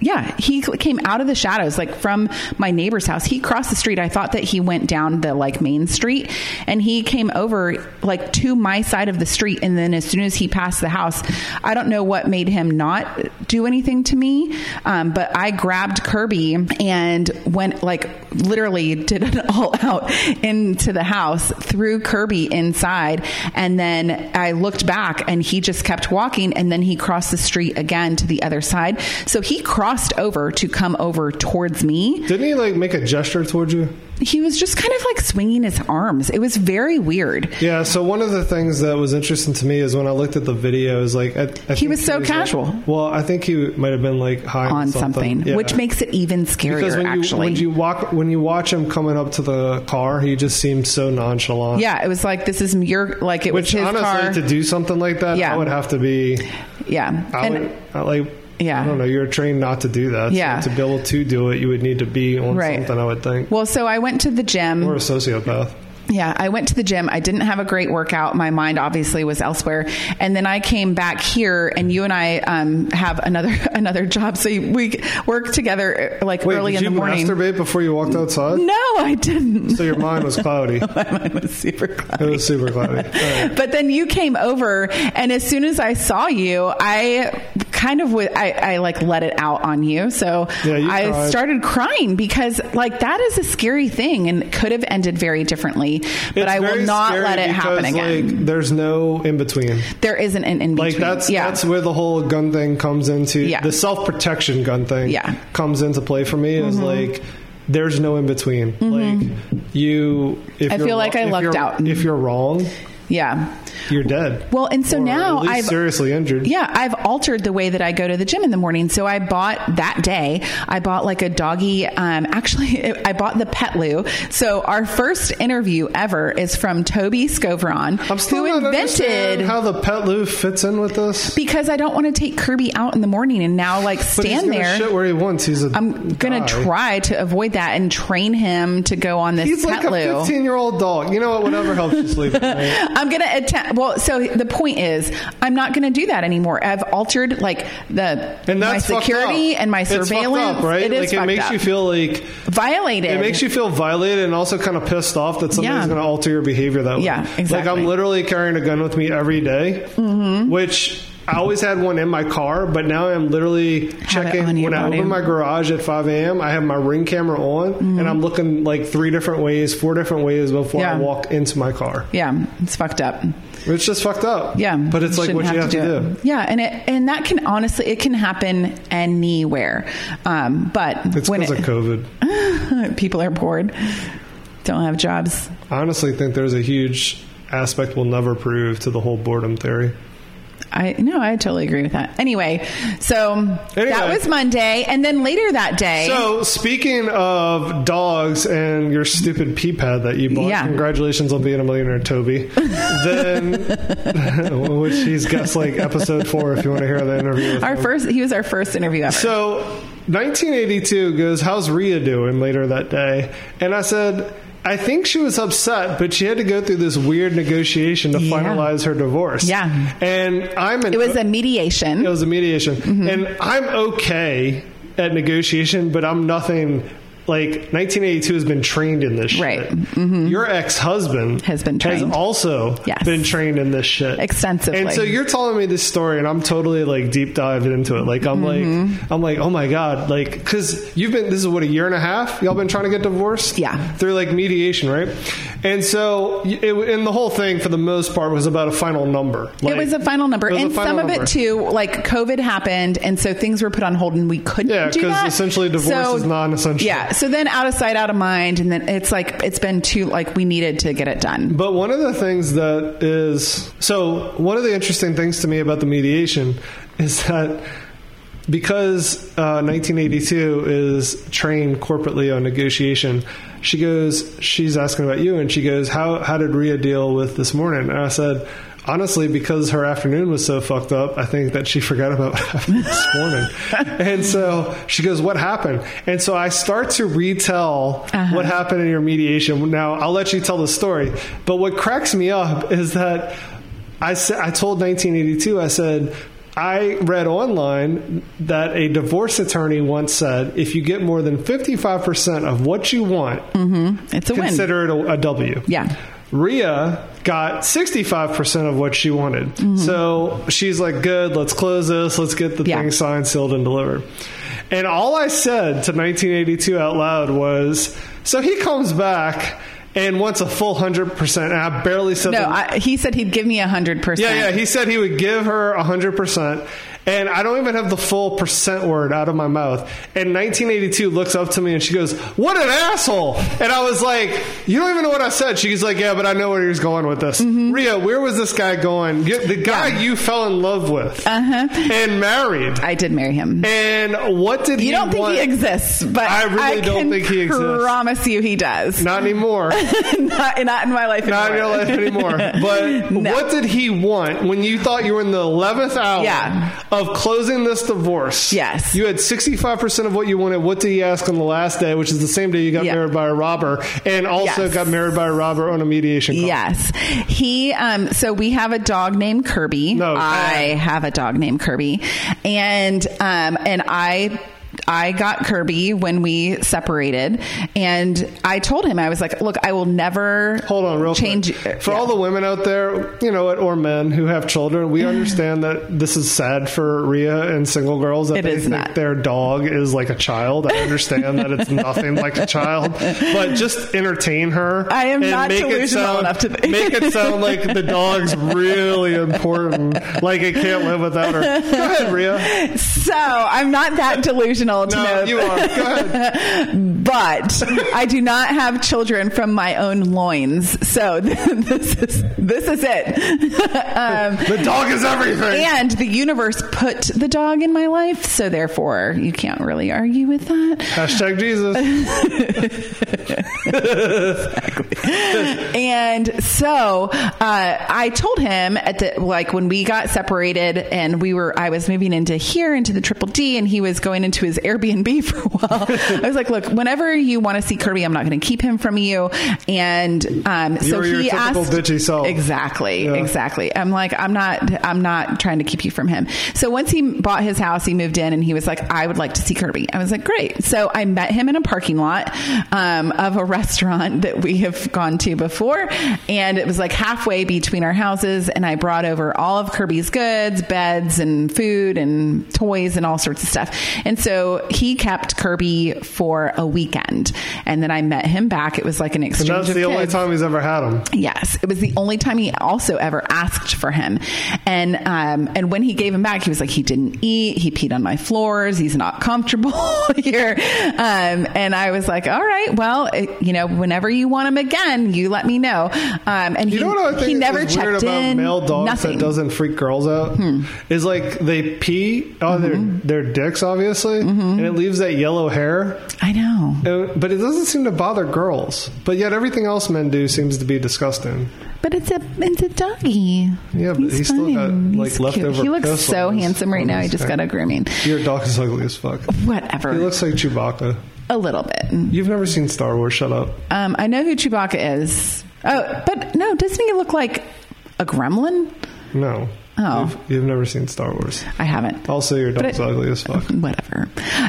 Speaker 2: Yeah, he cl- came out of the shadows, like from my neighbor's house. He crossed the street. I thought that he went down the like main street, and he came over like to my side of the street. And then as soon as he passed the house, I don't know what made him not do anything to me, um, but I grabbed Kirby and went like literally did an all out into the house, threw Kirby inside, and then I looked back and he just kept walking and then he crossed the street again to the other side. So he crossed over to come over towards me.
Speaker 1: Didn't he like make a gesture towards you?
Speaker 2: He was just kind of like swinging his arms. It was very weird.
Speaker 1: Yeah. So one of the things that was interesting to me is when I looked at the videos, like I, I think
Speaker 2: was so
Speaker 1: like-
Speaker 2: casual.
Speaker 1: well, I think he might have been like high
Speaker 2: On something,
Speaker 1: Yeah.
Speaker 2: which makes it even scarier,
Speaker 1: because when
Speaker 2: actually.
Speaker 1: you when you walk when you watch him coming up to the car, he just seems so nonchalant.
Speaker 2: yeah, it was like this is your like it
Speaker 1: Which
Speaker 2: was his
Speaker 1: honestly,
Speaker 2: car.
Speaker 1: to do something like that,
Speaker 2: Yeah.
Speaker 1: I would have to be.
Speaker 2: yeah,
Speaker 1: I
Speaker 2: and
Speaker 1: would, I like.
Speaker 2: Yeah.
Speaker 1: I don't know. You're trained not to do that. so
Speaker 2: Yeah.
Speaker 1: to be able to do it, you would need to be on
Speaker 2: Right.
Speaker 1: something. I would think.
Speaker 2: well, so I went to the gym.
Speaker 1: or a sociopath.
Speaker 2: Yeah, I went to the gym. I didn't have a great workout. My mind obviously was elsewhere, and then I came back here, and you and I um, have another another job, so we work together uh, like
Speaker 1: Wait,
Speaker 2: early
Speaker 1: did
Speaker 2: in the
Speaker 1: you
Speaker 2: morning.
Speaker 1: masturbate before you walked outside?
Speaker 2: No, I didn't.
Speaker 1: So your mind was cloudy. It
Speaker 2: My mind was super cloudy.
Speaker 1: was super cloudy. All right.
Speaker 2: But then you came over, and as soon as I saw you, I kind of w- I, I like let it out on you. So
Speaker 1: Yeah, you
Speaker 2: I
Speaker 1: cried.
Speaker 2: started crying because like that is a scary thing, and could have ended very differently. But
Speaker 1: It's
Speaker 2: I will
Speaker 1: very
Speaker 2: not
Speaker 1: scary
Speaker 2: let it happen
Speaker 1: because,
Speaker 2: again.
Speaker 1: Like, there's no in between.
Speaker 2: There isn't an in between.
Speaker 1: Like that's
Speaker 2: yeah.
Speaker 1: that's where the whole gun thing comes into
Speaker 2: Yeah.
Speaker 1: the self protection gun thing
Speaker 2: Yeah. Mm-hmm.
Speaker 1: comes into play for me is like there's no in between. Like you, if
Speaker 2: I
Speaker 1: you're
Speaker 2: feel like
Speaker 1: wrong-
Speaker 2: Mm-hmm. I
Speaker 1: if
Speaker 2: lucked
Speaker 1: you're-
Speaker 2: out.
Speaker 1: If you're wrong,
Speaker 2: Yeah.
Speaker 1: You're dead.
Speaker 2: Well, and so
Speaker 1: Or
Speaker 2: now
Speaker 1: at least
Speaker 2: I've
Speaker 1: seriously injured.
Speaker 2: yeah, I've altered the way that I go to the gym in the morning. So I bought that day, I bought like a doggy. Um, actually, I bought the pet loo. So our first interview ever is from Toby Scovron,
Speaker 1: I'm still
Speaker 2: who
Speaker 1: not understanding
Speaker 2: invented.
Speaker 1: how the pet loo fits in with this.
Speaker 2: because I don't want to take Kirby out in the morning and now like
Speaker 1: But he's
Speaker 2: stand
Speaker 1: gonna
Speaker 2: there.
Speaker 1: Shit where he wants. He's a.
Speaker 2: I'm gonna
Speaker 1: guy.
Speaker 2: try to avoid that and train him to go on this
Speaker 1: He's
Speaker 2: pet
Speaker 1: like a
Speaker 2: loo.
Speaker 1: 15 year old dog. You know what? Whatever helps you sleep. at night.
Speaker 2: I'm going to attempt. Well, so the point is, I'm not going to do that anymore. I've altered like the
Speaker 1: And
Speaker 2: my
Speaker 1: that's fucked
Speaker 2: security
Speaker 1: up.
Speaker 2: and my
Speaker 1: It's fucked
Speaker 2: surveillance.
Speaker 1: up, right?
Speaker 2: It is
Speaker 1: like it
Speaker 2: fucked
Speaker 1: makes
Speaker 2: up.
Speaker 1: you feel like
Speaker 2: violated.
Speaker 1: it makes you feel violated and also kind of pissed off that somebody's
Speaker 2: Yeah.
Speaker 1: going to alter your behavior that way.
Speaker 2: Yeah,
Speaker 1: Like
Speaker 2: exactly. Mm-hmm.
Speaker 1: I'm literally carrying a gun with me every day, which I always had one in my car, but now I'm literally checking
Speaker 2: on you,
Speaker 1: when I
Speaker 2: buddy.
Speaker 1: open my garage at 5 a.m. I have my ring camera on, and I'm looking like three different ways, four different ways before I
Speaker 2: Mm-hmm. Yeah.
Speaker 1: walk into my car.
Speaker 2: Yeah, it's fucked up.
Speaker 1: It's just fucked up.
Speaker 2: Yeah,
Speaker 1: but it's like
Speaker 2: shouldn't
Speaker 1: what you have to do.
Speaker 2: it. Yeah, and it and that can honestly it can happen anywhere. Um, but
Speaker 1: It's
Speaker 2: when
Speaker 1: because of
Speaker 2: it,
Speaker 1: COVID.
Speaker 2: people are bored, don't have jobs.
Speaker 1: I honestly think there's a huge aspect we'll never prove to the whole boredom theory.
Speaker 2: I no, I totally agree with that. Anyway, so
Speaker 1: Anyway.
Speaker 2: that was Monday, and then later that day.
Speaker 1: So, speaking of dogs and your stupid pee pad that you bought,
Speaker 2: Yeah.
Speaker 1: congratulations on being a millionaire, Toby. then, which he's guessed like episode four if you want to hear the interview. with
Speaker 2: our
Speaker 1: him.
Speaker 2: first, he was our first interview ever.
Speaker 1: So 1982 goes, How's Rhea doing later that day? And I said, I think she was upset, but she had to go through this weird negotiation to
Speaker 2: Yeah.
Speaker 1: finalize her divorce.
Speaker 2: Yeah.
Speaker 1: And I'm an
Speaker 2: it was a mediation.
Speaker 1: it was a mediation.
Speaker 2: Mm-hmm.
Speaker 1: And I'm okay at negotiation, but I'm nothing like 1982 has been trained in this shit.
Speaker 2: Right. Mm-hmm.
Speaker 1: Your ex-husband
Speaker 2: Has been trained.
Speaker 1: also
Speaker 2: Yes.
Speaker 1: been trained in this shit
Speaker 2: Extensively.
Speaker 1: And so you're telling me this story, and I'm totally like deep dived into it. Like I'm
Speaker 2: Mm-hmm.
Speaker 1: like I'm like oh my god, like because you've been this is what a year and a half y'all been trying to get divorced.
Speaker 2: Yeah.
Speaker 1: through like mediation, right? And so y- it, and the whole thing for the most part was about a final number. Like,
Speaker 2: it was a final number,
Speaker 1: it was a
Speaker 2: and
Speaker 1: final
Speaker 2: some of
Speaker 1: number.
Speaker 2: it too. Like COVID happened, and so things were put on hold, and we couldn't.
Speaker 1: Yeah,
Speaker 2: do
Speaker 1: 'cause
Speaker 2: that.
Speaker 1: essentially divorce is non-essential.
Speaker 2: Yeah, so then out of sight, out of mind, and then it's like it's been too like we needed to get it done.
Speaker 1: But one of the things that is so one of the interesting things to me about the mediation is that because uh, 1982 is trained corporately on negotiation, she goes, she's asking about you, and she goes, how how did Rhea deal with this morning? And I said. Honestly, because her afternoon was so fucked up, I think that she forgot about what happened this morning. and so she goes, What happened? And so I start to retell what happened in your mediation. Now, I'll let you tell the story. But what cracks me up is that I, sa- I told 1982, I said, I read online that a divorce attorney once said if you get more than 55% of what you want,
Speaker 2: It's a win.
Speaker 1: Mm-hmm. consider it a, a W.
Speaker 2: Yeah,
Speaker 1: Rhea got 65% of what she wanted.
Speaker 2: Mm-hmm.
Speaker 1: So she's like, good, let's close this. Let's get the
Speaker 2: Yeah.
Speaker 1: thing signed, sealed, and delivered. And all I said to 1982 out loud was, so he comes back and wants a full 100%. And I barely said
Speaker 2: no,
Speaker 1: the
Speaker 2: I, he said he'd give me a hundred percent.
Speaker 1: yeah, yeah. He said he would give her 100%. And I don't even have the full percent word out of my mouth. And 1982 looks up to me and she goes, What an asshole. And I was like, You don't even know what I said. She's like, Yeah, but I know where he was going with this.
Speaker 2: Mm-hmm.
Speaker 1: Rhea, where was this guy going? You- The guy you fell in love with
Speaker 2: Uh-huh.
Speaker 1: and married.
Speaker 2: I did marry him.
Speaker 1: And what did he
Speaker 2: you don't think
Speaker 1: want?
Speaker 2: he exists, but
Speaker 1: I really don't
Speaker 2: can
Speaker 1: think he exists.
Speaker 2: Promise you, he does.
Speaker 1: Not anymore.
Speaker 2: not, not in my life.
Speaker 1: Not in your
Speaker 2: anymore.
Speaker 1: life anymore. But
Speaker 2: No.
Speaker 1: what did he want when you thought you were in the 11th hour
Speaker 2: Yeah.
Speaker 1: of closing this divorce?
Speaker 2: Yes.
Speaker 1: You had 65% of what you wanted. What did he ask on the last day, which is the same day you got
Speaker 2: Yeah.
Speaker 1: married by a robber and also
Speaker 2: Yes.
Speaker 1: got married by a robber on a mediation call?
Speaker 2: Yes. He um so we have a dog named Kirby.
Speaker 1: No,
Speaker 2: I
Speaker 1: uh,
Speaker 2: have a dog named Kirby. And um and I I got Kirby when we separated and I told him I was like, "Look, I will never
Speaker 1: Hold on, real
Speaker 2: change uh,
Speaker 1: quick. For
Speaker 2: Yeah. Mm-hmm.
Speaker 1: all the women out there, you know, or men who have children, we understand that this is sad for Rhea and single girls that
Speaker 2: It
Speaker 1: they
Speaker 2: is
Speaker 1: think
Speaker 2: not.
Speaker 1: their dog is like a child. I understand that it's nothing like a child, but just entertain her.
Speaker 2: I am
Speaker 1: and
Speaker 2: not
Speaker 1: make it
Speaker 2: delusional
Speaker 1: sound-
Speaker 2: enough to think.
Speaker 1: make it sound like the dog's really important. Like it can't live without her. Go ahead, Rhea.
Speaker 2: So I'm not that delusional old.
Speaker 1: No,
Speaker 2: No.
Speaker 1: you are. Go ahead.
Speaker 2: but I do not have children from my own loins. So this is this is it. um,
Speaker 1: The dog is everything.
Speaker 2: and the universe put the dog in my life, so therefore you can't really argue with that.
Speaker 1: Hashtag Jesus.
Speaker 2: And so uh, I told him at the like when we got separated and we were I was moving into here into the triple D and he was going into his Airbnb for a while. I was like, look, whenever you want to see Kirby, I'm not going to keep him from you. And um, so
Speaker 1: You're your
Speaker 2: he
Speaker 1: typical
Speaker 2: asked
Speaker 1: bitchy self.
Speaker 2: exactly
Speaker 1: Yeah.
Speaker 2: exactly. I'm like I'm not I'm not trying to keep you from him. So once he bought his house, he moved in and he was like, I would like to see Kirby. I was like, great. So I met him in a parking lot um, of a restaurant that we have gone to before, and it was like halfway between our houses. And I brought over all of Kirby's goods, beds and food and toys and all sorts of stuff. And so he kept Kirby for a weekend, and then I met him back. It was like an exchange.
Speaker 1: That's
Speaker 2: of
Speaker 1: the only
Speaker 2: kids.
Speaker 1: time he's ever had him.
Speaker 2: Yes, it was the only time he also ever asked for him, and um, and when he gave him back, he was like, he didn't eat, he peed on my floors, he's not comfortable here, um, and I was like, all right, well, it, you know, whenever you want him again, you let me know, um, and
Speaker 1: You
Speaker 2: he,
Speaker 1: know what I think
Speaker 2: he never
Speaker 1: is
Speaker 2: checked
Speaker 1: weird about
Speaker 2: in,
Speaker 1: male dogs
Speaker 2: nothing. Hmm.
Speaker 1: that doesn't freak girls out is like they pee on
Speaker 2: Mm-hmm.
Speaker 1: their their dicks obviously, and it leaves that yellow hair.
Speaker 2: I know.
Speaker 1: Uh, But it doesn't seem to bother girls. But yet everything else men do seems to be disgusting.
Speaker 2: But it's a it's a doggy.
Speaker 1: Yeah, but he's still got,
Speaker 2: fine.
Speaker 1: like,
Speaker 2: He's cute.
Speaker 1: leftover Oh,
Speaker 2: He looks
Speaker 1: piss on
Speaker 2: so
Speaker 1: his-
Speaker 2: handsome right
Speaker 1: on
Speaker 2: now. He
Speaker 1: his
Speaker 2: just
Speaker 1: head.
Speaker 2: got a grooming.
Speaker 1: Your dog is ugly as fuck.
Speaker 2: Whatever,
Speaker 1: He looks like Chewbacca.
Speaker 2: a little bit.
Speaker 1: You've never seen Star Wars. Shut up.
Speaker 2: Um, I know who Chewbacca is. Oh, but no, doesn't he look like a gremlin?
Speaker 1: No.
Speaker 2: Oh.
Speaker 1: You've, you've never seen Star Wars.
Speaker 2: I haven't.
Speaker 1: Also, your
Speaker 2: But
Speaker 1: dog's
Speaker 2: it-
Speaker 1: ugly as fuck.
Speaker 2: Whatever.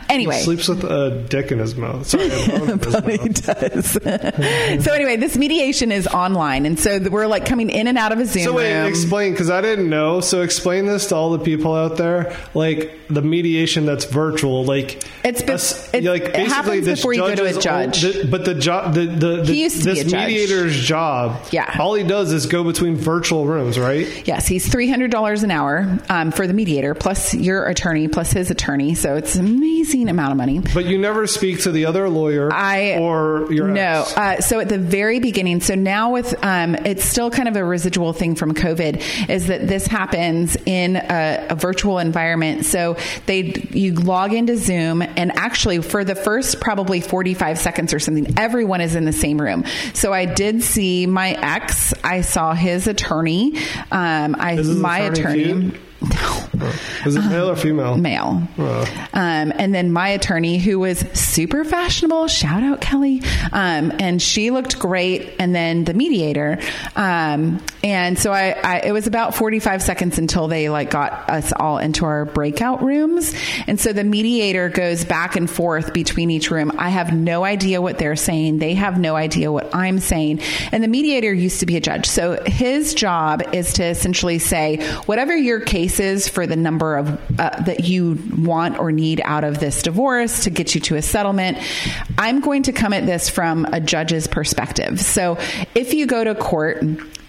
Speaker 2: Anyway.
Speaker 1: Sleeps with a dick in his mouth. Sorry, a bone in his
Speaker 2: Probably
Speaker 1: mouth.
Speaker 2: does. so anyway, this mediation is online, and so th- we're like coming in and out of a Zoom
Speaker 1: So wait,
Speaker 2: room.
Speaker 1: explain because I didn't know. So explain this to all the people out there, like the mediation that's virtual, like
Speaker 2: It's be-
Speaker 1: a s-
Speaker 2: it's- it happens
Speaker 1: this
Speaker 2: before you go to a
Speaker 1: is
Speaker 2: judge.
Speaker 1: th- but the job, the, the, the
Speaker 2: He used to be
Speaker 1: this
Speaker 2: a judge.
Speaker 1: mediator's job,
Speaker 2: Yeah.
Speaker 1: all he does is go between virtual rooms, right?
Speaker 2: yes, he's three hundred dollars an hour um, for the mediator, plus your attorney, plus his attorney. So it's an amazing amount of money.
Speaker 1: But you never speak to the other lawyer
Speaker 2: I
Speaker 1: or your
Speaker 2: no.
Speaker 1: ex.
Speaker 2: Uh, so at the very beginning, so now with um, it's still kind of a residual thing from COVID is that this happens in a, a virtual environment. So they you log into Zoom and actually for the first probably forty five seconds or something, everyone is in the same room. So I did see my ex. I saw his attorney. Um, I
Speaker 1: Is this an
Speaker 2: my
Speaker 1: attorney
Speaker 2: attorney.
Speaker 1: feud? Is it male or female?
Speaker 2: uh, male.
Speaker 1: Wow.
Speaker 2: Um, and then my attorney, who was super fashionable, shout out Kelly, um, and she looked great. And then the mediator, um, and so I, I, it was about forty five seconds until they like got us all into our breakout rooms, and so the mediator goes back and forth between each room. I have no idea what they're saying; they have no idea what I'm saying. And the mediator used to be a judge, so his job is to essentially say whatever your case is for the number of uh, that you want or need out of this divorce to get you to a settlement. I'm going to come at this from a judge's perspective. So if you go to court,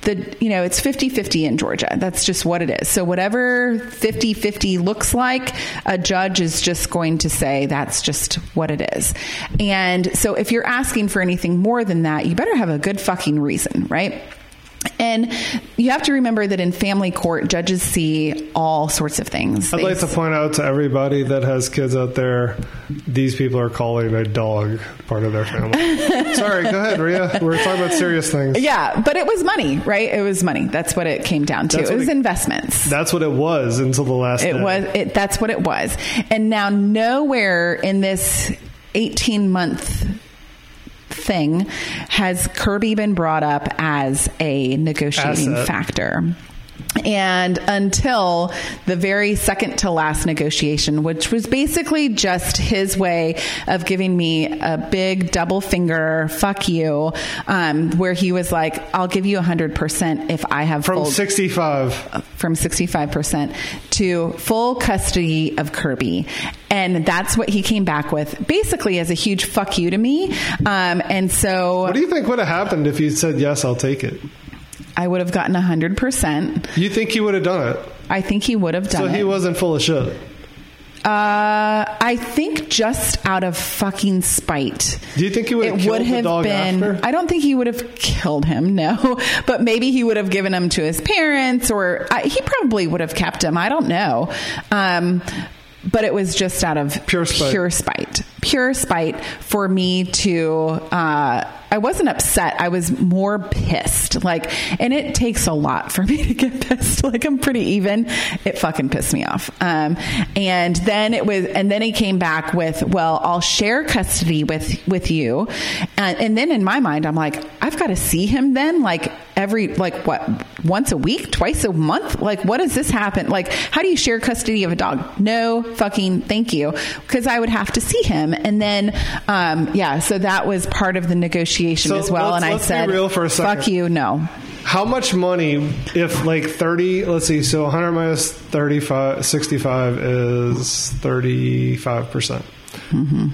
Speaker 2: the you know it's 50-50 in Georgia. That's just what it is. So whatever 50-50 looks like, a judge is just going to say that's just what it is. And so if you're asking for anything more than that, you better have a good fucking reason, right? And you have to remember that in family court, judges see all sorts of things.
Speaker 1: I'd
Speaker 2: They-
Speaker 1: like to point out to everybody that has kids out there, these people are calling a dog part of their family. Sorry, go ahead, Ria. We're talking about serious things.
Speaker 2: yeah, but it was money, right? It was money. That's what it came down to.
Speaker 1: That's
Speaker 2: it
Speaker 1: what
Speaker 2: was
Speaker 1: it-
Speaker 2: investments.
Speaker 1: That's what it was until the last.
Speaker 2: It
Speaker 1: day.
Speaker 2: was. It, that's what it was. And now, nowhere in this eighteen-month thing has Kirby been brought up as a negotiating
Speaker 1: Asset.
Speaker 2: factor. And until the very second to last negotiation, which was basically just his way of giving me a big double finger, fuck you, um, where he was like, I'll give you 100% if I have
Speaker 1: from
Speaker 2: full
Speaker 1: sixty-five.
Speaker 2: from 65% to full custody of Kirby. And that's what he came back with basically as a huge fuck you to me. Um, and so
Speaker 1: What do you think would have happened if you said yes? I'll take it.
Speaker 2: I would have gotten 100%.
Speaker 1: You think he would have done it?
Speaker 2: I think he would have done
Speaker 1: So
Speaker 2: it.
Speaker 1: he wasn't full of shit.
Speaker 2: Uh, I think just out of fucking spite.
Speaker 1: Do you think he would have
Speaker 2: It
Speaker 1: killed
Speaker 2: would
Speaker 1: the
Speaker 2: have
Speaker 1: dog
Speaker 2: been.
Speaker 1: after?
Speaker 2: I don't think he would have killed him, no. But maybe he would have given him to his parents, or I, he probably would have kept him. I don't know. Um, but it was just out of
Speaker 1: Pure spite.
Speaker 2: pure spite, pure spite for me to. Uh, I wasn't upset. I was more pissed. Like, and it takes a lot for me to get pissed. Like, I'm pretty even. It fucking pissed me off. Um, and then it was, and then he came back with, "Well, I'll share custody with with you." And, and then in my mind, I'm like, I've got to see him then, like every, like what, once a week, twice a month? Like, what does this happen? Like, how do you share custody of a dog? No fucking thank you. Because I would have to see him. And then, um, yeah, so that was part of the negotiation
Speaker 1: So
Speaker 2: as well.
Speaker 1: let's-
Speaker 2: and I
Speaker 1: let's be
Speaker 2: said,
Speaker 1: real for a second.
Speaker 2: fuck you, no.
Speaker 1: How much money, if like 30, let's see, so 100 minus 35, 65 is 35%. percent
Speaker 2: Mm-hmm.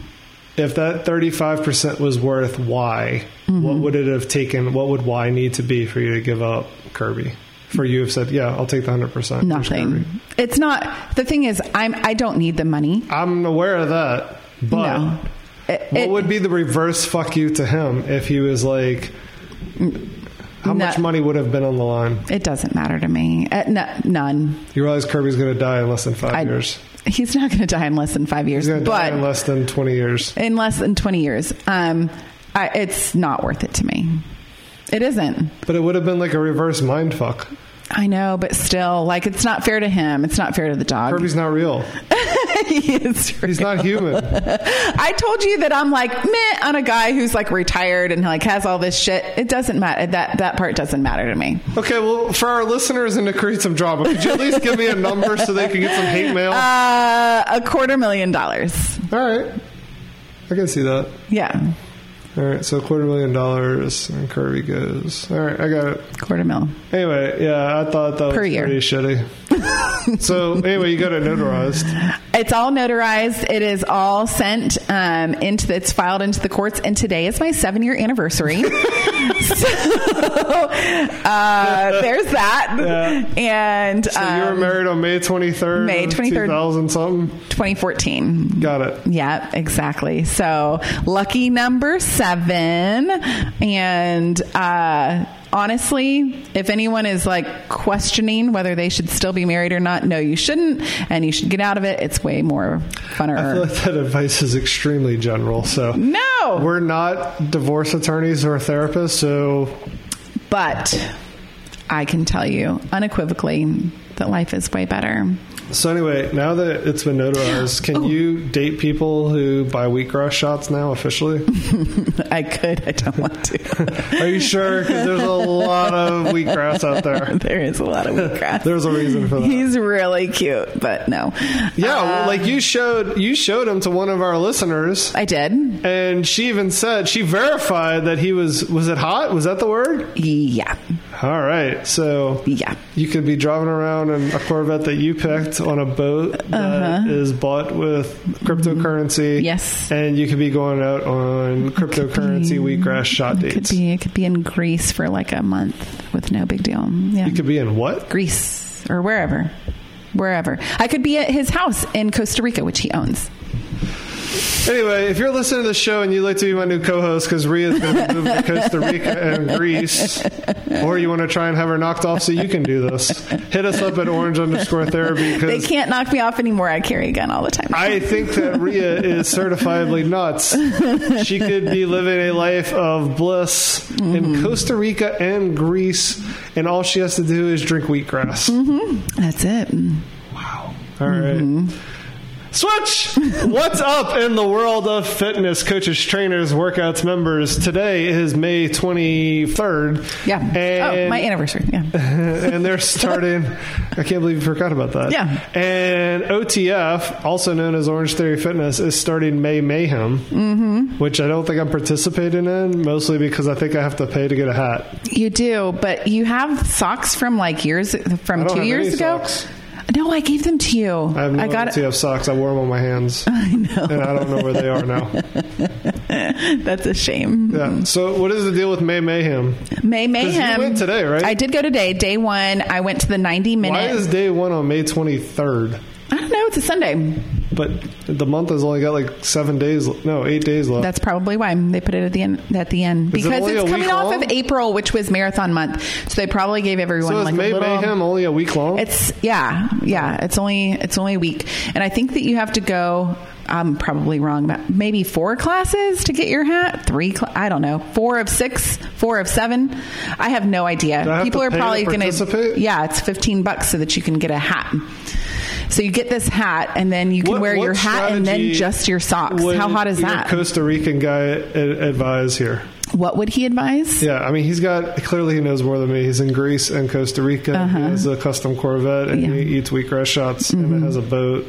Speaker 1: If that 35% was worth Y,
Speaker 2: Mm-hmm.
Speaker 1: what would it have taken? What would Y need to be for you to give up Kirby? For you have said, yeah, I'll take the 100%.
Speaker 2: Nothing. It's not, the thing is, I'm, I don't need the money.
Speaker 1: I'm aware of that, but.
Speaker 2: no. It-
Speaker 1: What
Speaker 2: it-
Speaker 1: would be the reverse fuck you to him if he was like, how
Speaker 2: No.
Speaker 1: much money would have been on the line?
Speaker 2: it doesn't matter to me. Uh, no, none.
Speaker 1: You realize Kirby's going to die in less than five
Speaker 2: I-
Speaker 1: years.
Speaker 2: He's not going to die in less than five years.
Speaker 1: He's going to die
Speaker 2: but
Speaker 1: in less than 20 years.
Speaker 2: in less than 20 years. Um, I, it's not worth it to me. It isn't.
Speaker 1: But it would have been like a reverse mind fuck.
Speaker 2: I know, but still, like, it's not fair to him. It's not fair to the dog.
Speaker 1: Kirby's not real.
Speaker 2: He is
Speaker 1: He's not human.
Speaker 2: I told you that I'm like meh on a guy who's like retired and like has all this shit. It doesn't matter. That that part doesn't matter to me.
Speaker 1: Okay, well, for our listeners and to create some drama, could you at least give me a number so they can get some hate mail?
Speaker 2: Uh, a quarter million dollars.
Speaker 1: All right. I can see that.
Speaker 2: Yeah,
Speaker 1: All right, so a quarter million dollars, and Kirby goes. All right, I got it.
Speaker 2: quarter mil.
Speaker 1: Anyway, yeah, I thought that
Speaker 2: Per
Speaker 1: was
Speaker 2: year.
Speaker 1: pretty shitty. so anyway, you got it notarized.
Speaker 2: It's all notarized. It is all sent um, into. The, it's filed into the courts. And today is my seven year anniversary. so uh, there's that. And
Speaker 1: So you were
Speaker 2: um,
Speaker 1: married on May twenty third,
Speaker 2: May 23rd.
Speaker 1: two thousand something.
Speaker 2: 2014.
Speaker 1: Got it.
Speaker 2: Yeah, exactly. So lucky number seven. And uh, honestly, if anyone is like questioning whether they should still be married or not, no, you shouldn't. And you should get out of it. It's way more
Speaker 1: I
Speaker 2: funner.
Speaker 1: feel like that advice is extremely general. So
Speaker 2: Mm. no,
Speaker 1: we're not divorce attorneys or therapists. So
Speaker 2: but I can tell you unequivocally that life is way better.
Speaker 1: so anyway, now that it's been notarized, can
Speaker 2: Oh.
Speaker 1: you date people who buy wheatgrass shots now officially?
Speaker 2: I could. I don't want to.
Speaker 1: Are you sure? Because there's a lot of wheatgrass out there.
Speaker 2: there is a lot of wheatgrass.
Speaker 1: There's a reason for that.
Speaker 2: He's really cute, but no.
Speaker 1: yeah, well,
Speaker 2: Uh,
Speaker 1: like you showed you showed him to one of our listeners.
Speaker 2: I did.
Speaker 1: And she even said she verified that he was was it hot? Was that the word?
Speaker 2: Yeah.
Speaker 1: All right. So
Speaker 2: Yeah.
Speaker 1: you could be driving around in a Corvette that you picked on a boat that is bought with cryptocurrency.
Speaker 2: Uh-huh. Mm-hmm. Yes.
Speaker 1: And you could be going out on cryptocurrency wheatgrass shot
Speaker 2: It could
Speaker 1: dates.
Speaker 2: be it could be in Greece for like a month with no big deal. Yeah.
Speaker 1: You could be in what?
Speaker 2: Greece or wherever. Wherever. I could be at his house in Costa Rica, which he owns.
Speaker 1: Anyway, if you're listening to the show and you'd like to be my new co-host because Rhea's going to move to Costa Rica and Greece, or you want to try and have her knocked off so you can do this, hit us up at orange underscore therapy
Speaker 2: They
Speaker 1: because
Speaker 2: can't knock me off anymore. I carry a gun all the time.
Speaker 1: I think that Rhea is certifiably nuts. She could be living a life of bliss
Speaker 2: Mm-hmm.
Speaker 1: in Costa Rica and Greece, and all she has to do is drink wheatgrass.
Speaker 2: Mm-hmm. That's it. Mm.
Speaker 1: All right.
Speaker 2: Mm-hmm.
Speaker 1: Switch! What's up in the world of fitness, coaches, trainers, workouts, members? Today is May 23rd.
Speaker 2: Yeah.
Speaker 1: And
Speaker 2: oh, my anniversary. Yeah.
Speaker 1: and they're starting. I can't believe you forgot about that.
Speaker 2: Yeah.
Speaker 1: And OTF, also known as Orange Theory Fitness, is starting May Mayhem, mm-hmm. which I don't think I'm participating in, mostly because I think I have to pay to get a hat.
Speaker 2: You do, but you have socks from like years
Speaker 1: I
Speaker 2: from
Speaker 1: don't
Speaker 2: two
Speaker 1: have
Speaker 2: years
Speaker 1: any
Speaker 2: ago.
Speaker 1: socks.
Speaker 2: No, I gave them to you.
Speaker 1: I have no
Speaker 2: got
Speaker 1: OTF socks. I wore them on my hands,
Speaker 2: I know.
Speaker 1: and I don't know where they are now.
Speaker 2: That's a shame.
Speaker 1: Yeah. So, what is the deal with May Mayhem?
Speaker 2: May
Speaker 1: 'Cause you
Speaker 2: Mayhem.
Speaker 1: went today, right?
Speaker 2: I did go today, day one. I went to the 90 minute.
Speaker 1: Why is day one on May 23rd?
Speaker 2: I don't No, it's a Sunday.
Speaker 1: But the month has only got like seven days. No, eight days left.
Speaker 2: That's probably why they put it at the end. At the end
Speaker 1: Is it
Speaker 2: because
Speaker 1: only
Speaker 2: it's
Speaker 1: a
Speaker 2: coming
Speaker 1: week
Speaker 2: off
Speaker 1: long?
Speaker 2: of April, which was marathon month. So they probably gave everyone
Speaker 1: so is
Speaker 2: like
Speaker 1: May
Speaker 2: a little.
Speaker 1: Mayhem only a week long?
Speaker 2: It's yeah, yeah. It's only it's only a week, and I think that you have to go. I'm probably wrong, but maybe four classes to get your hat. Three, cl- I don't know. Four of six, four of seven. I have no idea.
Speaker 1: I have
Speaker 2: People
Speaker 1: to
Speaker 2: are
Speaker 1: pay to
Speaker 2: probably going
Speaker 1: participate?
Speaker 2: Yeah, it's 15 bucks so that you can get a hat. So you get this hat, and then you can
Speaker 1: What-
Speaker 2: wear
Speaker 1: what
Speaker 2: your hat and then
Speaker 1: strategy
Speaker 2: just your socks.
Speaker 1: would
Speaker 2: How hot is
Speaker 1: your
Speaker 2: that?
Speaker 1: Costa Rican guy a- advise here.
Speaker 2: What would he advise?
Speaker 1: Yeah, I mean, he's got clearly he knows more than me. He's in Greece and Costa Rica.
Speaker 2: Uh-huh.
Speaker 1: He has a custom Corvette and he eats wheatgrass shots
Speaker 2: Mm-hmm.
Speaker 1: and it has a boat.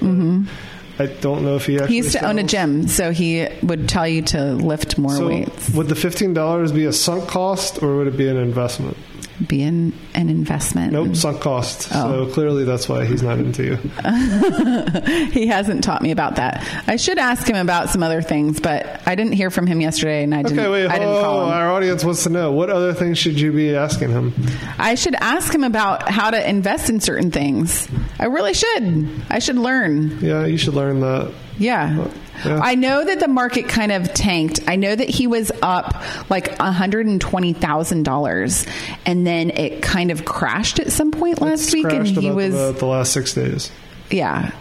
Speaker 1: I don't know if he actually
Speaker 2: He used to own Mm-hmm. a
Speaker 1: sells-
Speaker 2: gym, so he would tell you to lift more
Speaker 1: So
Speaker 2: weights.
Speaker 1: would the fifteen dollars be a sunk cost or would it be an investment?
Speaker 2: Be an, an investment.
Speaker 1: Nope, sunk cost.
Speaker 2: Mm. Oh.
Speaker 1: So clearly that's why he's not into you.
Speaker 2: He hasn't taught me about that. I should ask him about some other things, but I didn't hear from him yesterday, and I didn't.
Speaker 1: Okay, wait.
Speaker 2: I didn't
Speaker 1: oh,
Speaker 2: call him.
Speaker 1: our audience wants to know what other things should you be asking him?
Speaker 2: I should ask him about how to invest in certain things. I really should. I should learn.
Speaker 1: Yeah, you should learn that.
Speaker 2: Yeah.
Speaker 1: Yeah.
Speaker 2: I know that the market kind of tanked. I know that he was up like $120,000 and then it kind of crashed at some point last week and
Speaker 1: crashed
Speaker 2: he
Speaker 1: about
Speaker 2: was
Speaker 1: the, the last six days.
Speaker 2: yeah.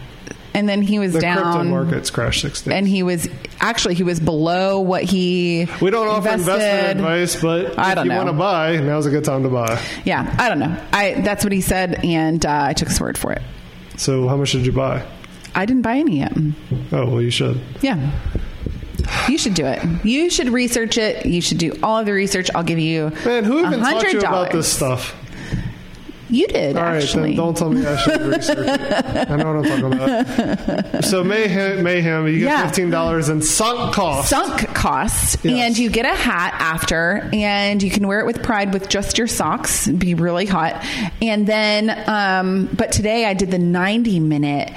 Speaker 2: And then he was
Speaker 1: The crypto
Speaker 2: down
Speaker 1: markets crashed six days.
Speaker 2: and he was actually he was below what he
Speaker 1: we don't offer investment
Speaker 2: invested.
Speaker 1: advice, but
Speaker 2: I
Speaker 1: if
Speaker 2: don't
Speaker 1: you
Speaker 2: know.
Speaker 1: want to buy, now's a good time to buy.
Speaker 2: Yeah, I don't know. I that's what he said, and uh, I took his word for it.
Speaker 1: So, how much did you buy?
Speaker 2: I didn't buy any yet.
Speaker 1: Oh, well, you should.
Speaker 2: Yeah, you should do it. You should research it. You should do all of the research. I'll give you
Speaker 1: Man, who even taught you about
Speaker 2: $100.
Speaker 1: this stuff?
Speaker 2: You did
Speaker 1: All right,
Speaker 2: actually.
Speaker 1: then don't tell me I should research it. I know what I'm talking about. So, mayhem, mayhem you get
Speaker 2: Yeah.
Speaker 1: $15 in sunk cost.
Speaker 2: Sunk costs,
Speaker 1: Yes.
Speaker 2: and you get a hat after, and you can wear it with pride with just your socks. Be really hot, and then. Um, but today I did the ninety minute,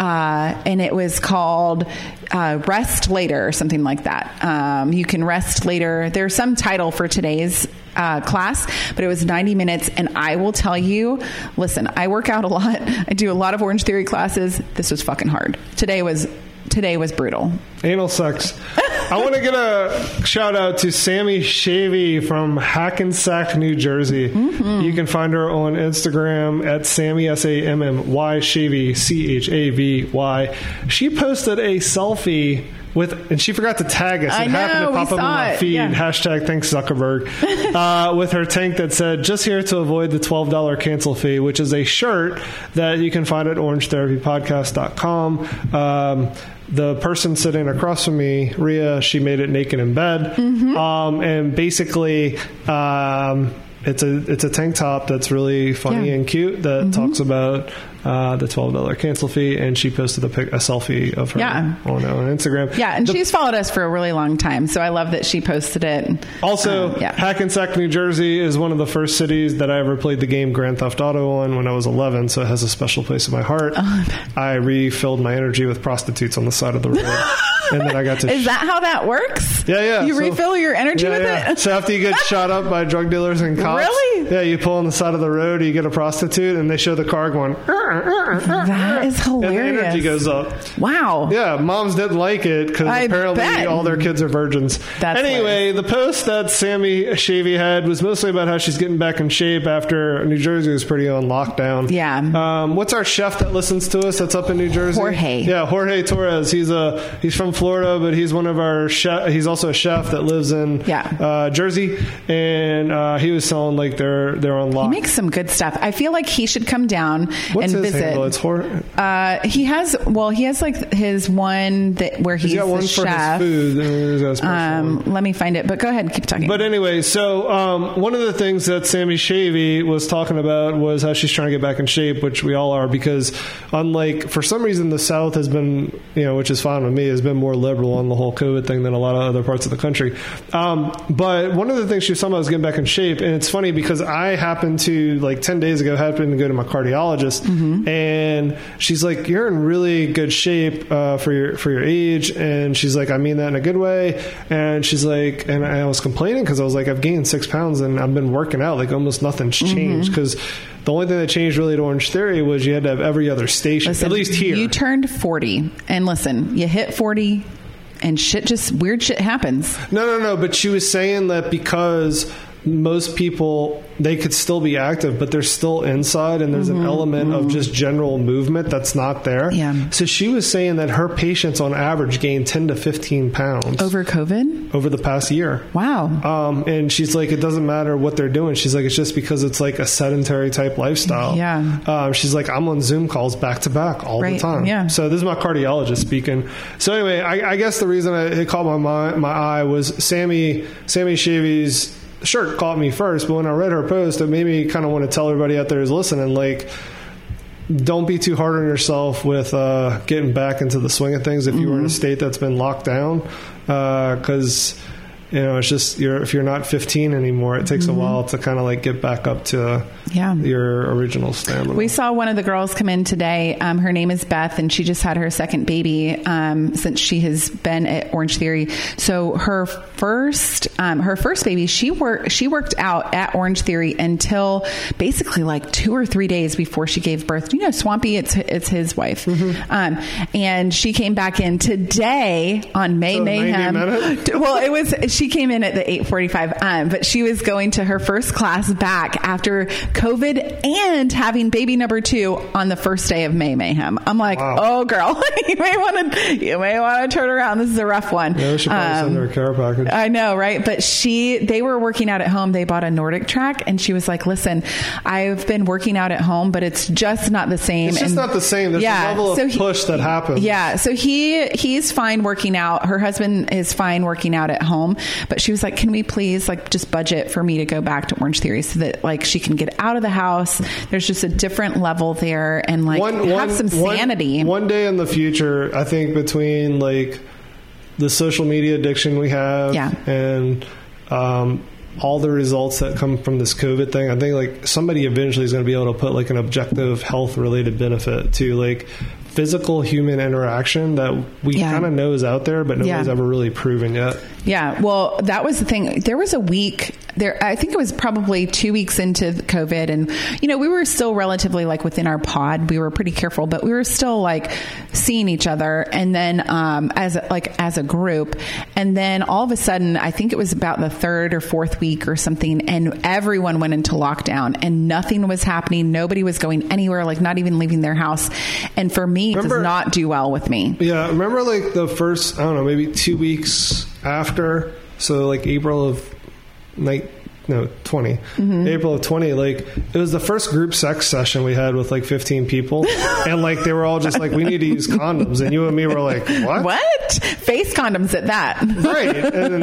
Speaker 2: uh, and it was called uh, "Rest Later" or something like that. Um, you can rest later. There's some title for today's uh, class, but it was 90 minutes. And I will tell you listen, I work out a lot. I do a lot of Orange Theory classes. This was fucking hard. Today was today was brutal.
Speaker 1: Anal sex. I want to get a shout out to Sammy Shavy from Hackensack, New Jersey.
Speaker 2: Mm-hmm.
Speaker 1: You can find her on Instagram at Sammy S A M M Y Shavy C H A V Y. She posted a selfie with, and she forgot to tag us. It
Speaker 2: I
Speaker 1: happened
Speaker 2: know,
Speaker 1: to
Speaker 2: we
Speaker 1: pop up in
Speaker 2: saw
Speaker 1: my
Speaker 2: it,
Speaker 1: feed.
Speaker 2: yeah.
Speaker 1: Hashtag thanks Zuckerberg uh, with her tank that said "Just here to avoid the twelve dollar cancel fee," which is a shirt that you can find at OrangeTherapyPodcast.com. Um, the person sitting across from me, Rhea, she made it naked in bed,
Speaker 2: Mm-hmm.
Speaker 1: um, and basically. Um, it's a it's a tank top that's really funny
Speaker 2: Yeah. Mm-hmm.
Speaker 1: and cute that talks about uh, the twelve dollar cancel fee, and she posted a pic, a selfie of her
Speaker 2: Yeah.
Speaker 1: on, on Instagram.
Speaker 2: Yeah, and she's followed us for a really long time, so I love that she posted it.
Speaker 1: Also,
Speaker 2: Um, yeah.
Speaker 1: Hackensack, New Jersey is one of the first cities that I ever played the game Grand Theft Auto on when I was 11, so it has a special place in my heart.
Speaker 2: Oh,
Speaker 1: I refilled my energy with prostitutes on the side of the road. and then I got to.
Speaker 2: Is that how that works?
Speaker 1: yeah, yeah.
Speaker 2: You
Speaker 1: so-
Speaker 2: refill your energy
Speaker 1: Yeah,
Speaker 2: with
Speaker 1: yeah.
Speaker 2: it?
Speaker 1: So after you get shot up by drug dealers and cops,
Speaker 2: Really?
Speaker 1: yeah, you pull on the side of the road, you get a prostitute, and they show the car going,
Speaker 2: That is
Speaker 1: and the energy
Speaker 2: Oh, hilarious.
Speaker 1: goes up.
Speaker 2: wow.
Speaker 1: Yeah, moms didn't like it because
Speaker 2: I
Speaker 1: apparently
Speaker 2: bet.
Speaker 1: all their kids are virgins.
Speaker 2: That's
Speaker 1: anyway, the post that Sammy Shavy had was mostly about how she's getting back in shape after New Jersey was pretty on lockdown.
Speaker 2: Yeah.
Speaker 1: Um, what's our chef that listens to us that's up in New Jersey?
Speaker 2: Jorge.
Speaker 1: Yeah, Jorge Torres. He's a he's from Florida, but he's one of our chef. He's also a chef that lives in
Speaker 2: Yeah.
Speaker 1: uh, Jersey, and uh, he was selling like they're they're on
Speaker 2: He
Speaker 1: lock.
Speaker 2: makes some good stuff. I feel like he should come down
Speaker 1: What's
Speaker 2: and
Speaker 1: his
Speaker 2: visit.
Speaker 1: handle? It's Jorge.
Speaker 2: Uh, he has well, he has like his one that where he's,
Speaker 1: He's got one
Speaker 2: the
Speaker 1: for
Speaker 2: chef.
Speaker 1: his food. and there's that special one.
Speaker 2: Um, let me find it. But go ahead, keep talking.
Speaker 1: But anyway, so um, one of the things that Sammy Shavy was talking about was how she's trying to get back in shape, which we all are, because unlike for some reason the South has been, you know, which is fine with me, has been more liberal on the whole COVID thing than a lot of other parts of the country. Um, but one of the things she was talking about was getting back in shape, and it's funny because I happened to like ten days ago happened to go to my cardiologist,
Speaker 2: Mm-hmm.
Speaker 1: and she's like, "You're in really good shape uh, for your for your age," and she's like, "I mean that in a good way," and she's like, and
Speaker 2: Mm-hmm.
Speaker 1: I was complaining because I was like, I've gained six pounds and I've been working out, like almost nothing's changed because The only thing that changed really to Orange Theory was you had to have every other station,
Speaker 2: Listen,
Speaker 1: at least here.
Speaker 2: You turned 40, and listen, you hit 40, and shit just weird shit happens.
Speaker 1: No, no, no. But she was saying that because most people they could still be active, but they're still inside, and there's an element of just general movement that's not there.
Speaker 2: Yeah.
Speaker 1: So she was saying that her patients, on average, gain 10 to 15 pounds
Speaker 2: Over COVID?
Speaker 1: over the past year.
Speaker 2: Wow.
Speaker 1: Um, and she's like, it doesn't matter what they're doing. She's like, it's just because it's like a sedentary type lifestyle.
Speaker 2: Yeah.
Speaker 1: Um, she's like, I'm on Zoom calls back to back all
Speaker 2: Right,
Speaker 1: the time.
Speaker 2: yeah.
Speaker 1: So this is my cardiologist speaking. So anyway, I, I guess the reason I, it caught my mind, my eye was Sammy Sammy Shavy's shirt caught me first, but when I read her post, it made me kind of want to tell everybody out there who's listening, like don't be too hard on yourself with uh, getting back into the swing of things if you
Speaker 2: Mm-hmm.
Speaker 1: were in a state that's been locked down because you know it's just you're if you're not 15 anymore it takes a while to kind of like get back up to
Speaker 2: Mm-hmm. Yeah.
Speaker 1: your original stamina
Speaker 2: We saw one of the girls come in today. Um, her name is Beth, and she just had her second baby um, since she has been at Orange Theory. So her first, um, her first baby, she worked she worked out at Orange Theory until basically like two or three days before she gave birth. You know, Swampy, it's it's his wife,
Speaker 1: Mm-hmm.
Speaker 2: um, and she came back in today on May
Speaker 1: So 90
Speaker 2: Mayhem.
Speaker 1: minutes?
Speaker 2: well it was she came in at the 845 um, but she was going to her first class back after covid and having baby number two on the first day of may mayhem i'm like
Speaker 1: Wow.
Speaker 2: oh girl you may want to you may want to turn around this is a rough one
Speaker 1: yeah, we should probably
Speaker 2: Um,
Speaker 1: send her a care package
Speaker 2: I know, right? But she, they were working out at home. They bought a Nordic track, and she was like, "Listen, I've been working out at home, but it's just not the same.
Speaker 1: It's just
Speaker 2: And-
Speaker 1: not the same. There's a level of
Speaker 2: um, he-
Speaker 1: push that happens.
Speaker 2: Yeah, so he he's fine working out. Her husband is fine working out at home, but she was like, "Can we please like just budget for me to go back to Orange Theory so that like she can get out of the house? There's just a different level there, and like have some
Speaker 1: one-
Speaker 2: sanity."
Speaker 1: One, day in the future, I think between like the social media addiction we have
Speaker 2: Yeah.
Speaker 1: and um, all the results that come from this COVID thing, I think like somebody eventually is going to be able to put like an objective health related benefit to like physical human interaction that we
Speaker 2: Yeah.
Speaker 1: kind of know is out there, but nobody's
Speaker 2: Yeah.
Speaker 1: ever really proven yet.
Speaker 2: Yeah. Well, that was the thing. There was a week there. I think it was probably two weeks into COVID, and you know we were still relatively like within our pod. We were pretty careful, but we were still like seeing each other, and then um, as a, like as a group, and then all of a sudden, I think it was about the third or fourth week or something, and everyone went into lockdown, and nothing was happening. Nobody was going anywhere, like not even leaving their house. And for me, it
Speaker 1: Remember-
Speaker 2: does not do well with me.
Speaker 1: Yeah, remember like the first I don't know maybe two weeks after, so like April of night no 20 April of twenty. Like it was the first group sex session we had with like fifteen people, and like they were all just like we need to use condoms, and you and me were like what.
Speaker 2: What face condoms at that?
Speaker 1: Right, and then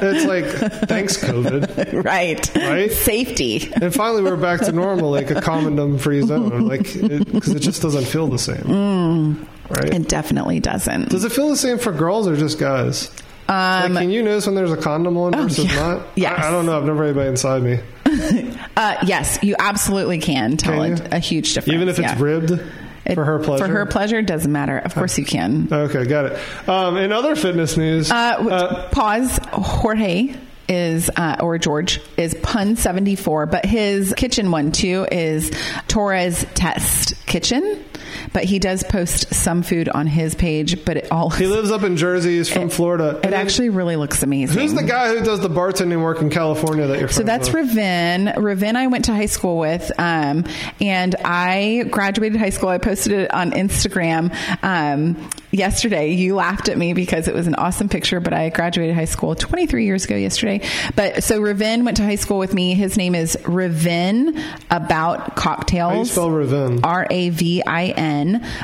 Speaker 1: it's like thanks COVID,
Speaker 2: Right.
Speaker 1: Right?
Speaker 2: Safety.
Speaker 1: and finally we're back to normal, like a condom-free zone, like because it, just doesn't feel the same, right?
Speaker 2: It definitely doesn't.
Speaker 1: Does it feel the same for girls or just guys? Um, can you notice when there's a condom on versus
Speaker 2: oh, yeah.
Speaker 1: not?
Speaker 2: Yes.
Speaker 1: I, I don't know. I've never had anybody inside me.
Speaker 2: Uh, yes, you absolutely can tell
Speaker 1: Can
Speaker 2: it
Speaker 1: you?
Speaker 2: a huge difference.
Speaker 1: Even if it's
Speaker 2: yeah.
Speaker 1: ribbed
Speaker 2: It-
Speaker 1: for her pleasure. Uh,
Speaker 2: For her pleasure, it doesn't matter. Of course you can.
Speaker 1: Okay, got it. Um, in other fitness news,
Speaker 2: Uh, w-
Speaker 1: uh,
Speaker 2: pause. Jorge is uh, or George is pun seventy four, but his kitchen one too is Torres Test Kitchen. But he does post some food on his page, but it all
Speaker 1: he lives up in Jersey. He's from Florida.
Speaker 2: it actually really looks amazing.
Speaker 1: Who's the guy who does the bartending work in California that you're
Speaker 2: So that's
Speaker 1: with?
Speaker 2: Raven. Raven, I went to high school with, um, and I graduated high school. I posted it on Instagram um, yesterday. You laughed at me because it was an awesome picture, but I graduated high school 23 years ago yesterday. But so Raven went to high school with me. His name is Raven about cocktails.
Speaker 1: How do you spell Ravin?
Speaker 2: R A V I N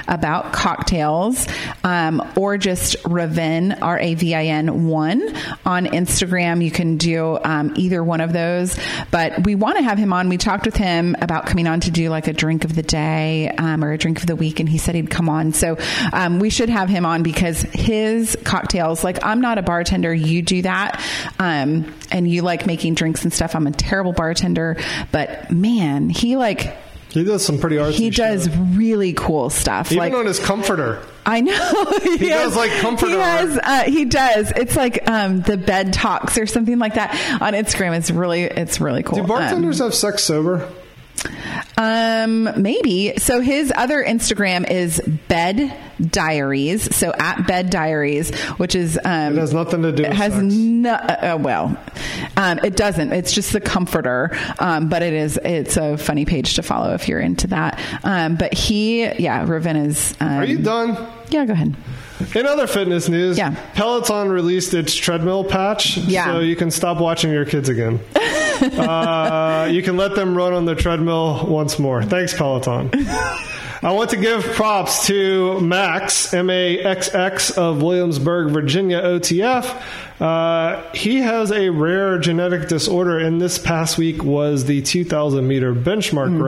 Speaker 2: about cocktails, um, or just Ravin R A V I N one on Instagram. You can do um, either one of those, but we want to have him on. We talked with him about coming on to do like a drink of the day um, or a drink of the week, and he said he'd come on. So um, we should have him on because his cocktails, like I'm not a bartender, you do that, um, and you like making drinks and stuff. I'm a terrible bartender, but man, he like
Speaker 1: he does some pretty artsy.
Speaker 2: he does
Speaker 1: shit.
Speaker 2: really cool stuff.
Speaker 1: Even
Speaker 2: like
Speaker 1: on his comforter.
Speaker 2: I know he,
Speaker 1: does, like, comfort
Speaker 2: He
Speaker 1: art.
Speaker 2: has. Uh, he does. It's like um, the bed talks or something like that on Instagram. It's really it's really cool.
Speaker 1: Do bartenders have sex sober?
Speaker 2: Um, Um, maybe. So his other Instagram is Bed Diaries. So at Bed Diaries, which is um,
Speaker 1: It has nothing to do.
Speaker 2: it
Speaker 1: with
Speaker 2: has
Speaker 1: sex.
Speaker 2: no uh, well um, it doesn't it's just the comforter um, but it is it's a funny page to follow if you're into that um, but he yeah Raven is um,
Speaker 1: Are you done?
Speaker 2: yeah go ahead
Speaker 1: In other fitness news,
Speaker 2: Yeah.
Speaker 1: Peloton released its treadmill patch,
Speaker 2: Yeah.
Speaker 1: so you can stop watching your kids again. uh, you can let them run on the treadmill once more. Thanks, Peloton. I want to give props to Max, M A X X, of Williamsburg, Virginia, OTF. Uh, he has a rare genetic disorder, and this past week was the 2,000 meter benchmark
Speaker 2: Mm-hmm.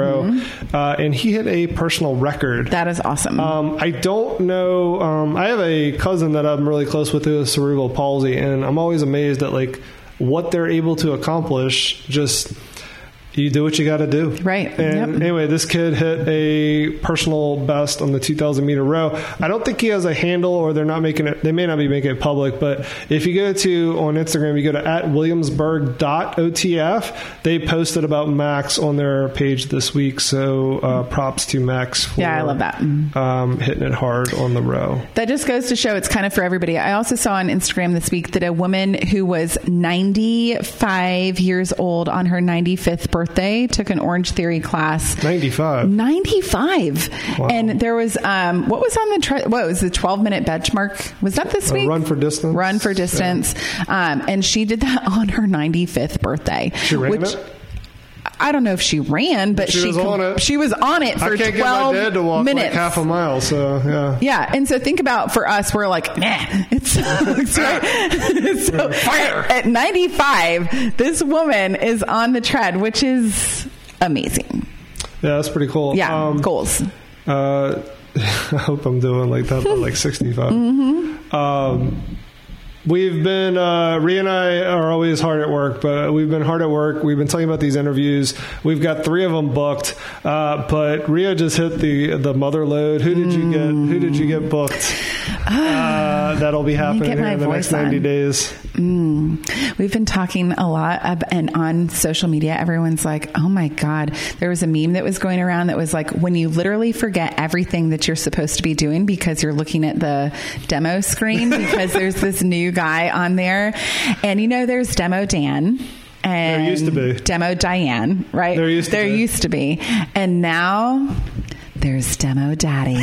Speaker 1: row, uh, and he hit a personal record.
Speaker 2: that is awesome
Speaker 1: Um, I don't know. Um, I have a cousin that I'm really close with who has cerebral palsy, and I'm always amazed at like what they're able to accomplish. Just you do what you got to do,
Speaker 2: Right.
Speaker 1: And
Speaker 2: Yep.
Speaker 1: anyway, this kid hit a personal best on the 2,000 meter row. I don't think he has a handle, or they're not making it. They may not be making it public, but if you go to on Instagram, you go to at Williamsburg.otf. They posted about Max on their page this week, so uh, props to Max. For
Speaker 2: Yeah, I love that.
Speaker 1: um, hitting it hard on the row.
Speaker 2: That just goes to show it's kind of for everybody. I also saw on Instagram this week that a woman who was 95 years old on her 95th birthday took an Orange Theory class
Speaker 1: 95.
Speaker 2: 95
Speaker 1: Wow.
Speaker 2: and there was um what was on the tre- what was the 12 minute benchmark was that this
Speaker 1: Uh,
Speaker 2: week
Speaker 1: run for distance.
Speaker 2: run for distance um and she did that on her 95th birthday
Speaker 1: She ran
Speaker 2: which
Speaker 1: it?
Speaker 2: I don't know if she ran but
Speaker 1: She
Speaker 2: she,
Speaker 1: was on it.
Speaker 2: she was on it for
Speaker 1: I can't get
Speaker 2: 12
Speaker 1: my dad to walk
Speaker 2: minutes
Speaker 1: like half a mile, so yeah.
Speaker 2: yeah, and so think about for us, we're like, nah, it sucks, right? so
Speaker 1: Fire.
Speaker 2: At 95, this woman is on the tread, which is amazing.
Speaker 1: Yeah, that's pretty cool.
Speaker 2: Yeah,
Speaker 1: Um,
Speaker 2: goals.
Speaker 1: Uh, I hope I'm doing like that by like 65.
Speaker 2: Mm-hmm.
Speaker 1: Um, we've been, uh, Rhea and I are always hard at work, but we've been hard at work. We've been talking about these interviews. We've got three of them booked, uh, but Rhea just hit the, the mother load. Who did you get? Who did you get booked? Uh, that'll be happening
Speaker 2: Mm. get
Speaker 1: here
Speaker 2: my
Speaker 1: in the next
Speaker 2: voice on.
Speaker 1: 90 days.
Speaker 2: Mm. We've been talking a lot ab and on social media. Everyone's like, oh my God. There was a meme that was going around that was like, when you literally forget everything that you're supposed to be doing because you're looking at the demo screen because there's this new guy on there. And you know, there's Demo Dan. And
Speaker 1: used to be.
Speaker 2: Demo Diane, right?
Speaker 1: There used to be.
Speaker 2: used to be. And now there's Demo Daddy.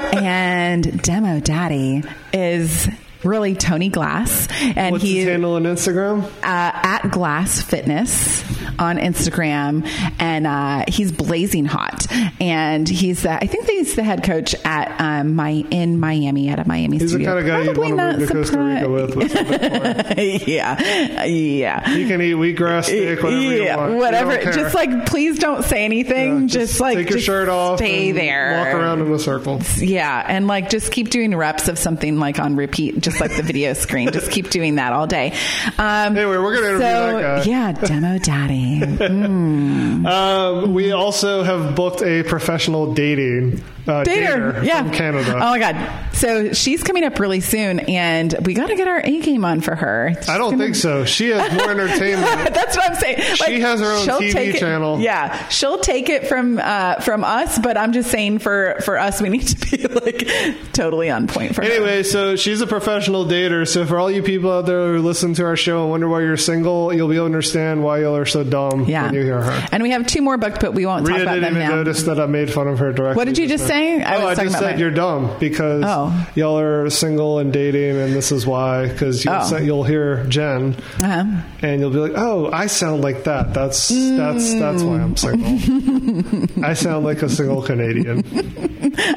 Speaker 2: and Demo Daddy is really Tony Glass. And
Speaker 1: What's
Speaker 2: he
Speaker 1: his handle on Instagram?
Speaker 2: uh, at Glass Fitness on Instagram, and uh, he's blazing hot. And he's the, I think that he's the head coach at um, my in Miami at a Miami
Speaker 1: He's the
Speaker 2: studio.
Speaker 1: kind of guy you'd
Speaker 2: Probably
Speaker 1: want to
Speaker 2: not
Speaker 1: move to Costa Rica
Speaker 2: surprised-
Speaker 1: with. with something foreign.
Speaker 2: yeah, yeah.
Speaker 1: you can eat wheatgrass steak, whatever you want.
Speaker 2: yeah,
Speaker 1: We
Speaker 2: Eh, whatever.
Speaker 1: don't care.
Speaker 2: Just like, please don't say anything.
Speaker 1: Yeah,
Speaker 2: just, like,
Speaker 1: take your
Speaker 2: just
Speaker 1: shirt off,
Speaker 2: Stay
Speaker 1: and
Speaker 2: there.
Speaker 1: walk around in a circle.
Speaker 2: Yeah, and like just keep doing reps of something like on repeat, just like the video screen. Just keep doing that all day. Um,
Speaker 1: Anyway, we're gonna interview that guy.
Speaker 2: Yeah, demo daddy.
Speaker 1: Um, we also have booked a professional dating uh,
Speaker 2: Dater,
Speaker 1: dater
Speaker 2: yeah,
Speaker 1: from Canada.
Speaker 2: Oh my god! So she's coming up really soon, and we got to get our A game on for her.
Speaker 1: I don't think so. She has more entertainment.
Speaker 2: That's what I'm saying. Like,
Speaker 1: has her own
Speaker 2: she'll
Speaker 1: TV
Speaker 2: take it-
Speaker 1: channel.
Speaker 2: Yeah, she'll take it from uh, from us, but I'm just saying for for us, we need to be like totally on point for her.
Speaker 1: Anyway, so she's a professional dater. So for all you people out there who listen to our show and wonder why you're single, you'll be able to understand why y'all are so dumb
Speaker 2: Yeah,
Speaker 1: when you hear her.
Speaker 2: And we have two more booked, but we won't
Speaker 1: Rhea
Speaker 2: talk about
Speaker 1: didn't
Speaker 2: them
Speaker 1: even
Speaker 2: now.
Speaker 1: notice that I made fun of her directly.
Speaker 2: What did you just say?
Speaker 1: I oh, I just said
Speaker 2: my-
Speaker 1: you're dumb because
Speaker 2: Oh.
Speaker 1: y'all are single and dating, and this is why. Because you'll,
Speaker 2: Oh.
Speaker 1: say- you'll hear Jen,
Speaker 2: Uh-huh.
Speaker 1: and you'll be like, "Oh, I sound like that. That's that's that's why I'm single. I sound like a single Canadian."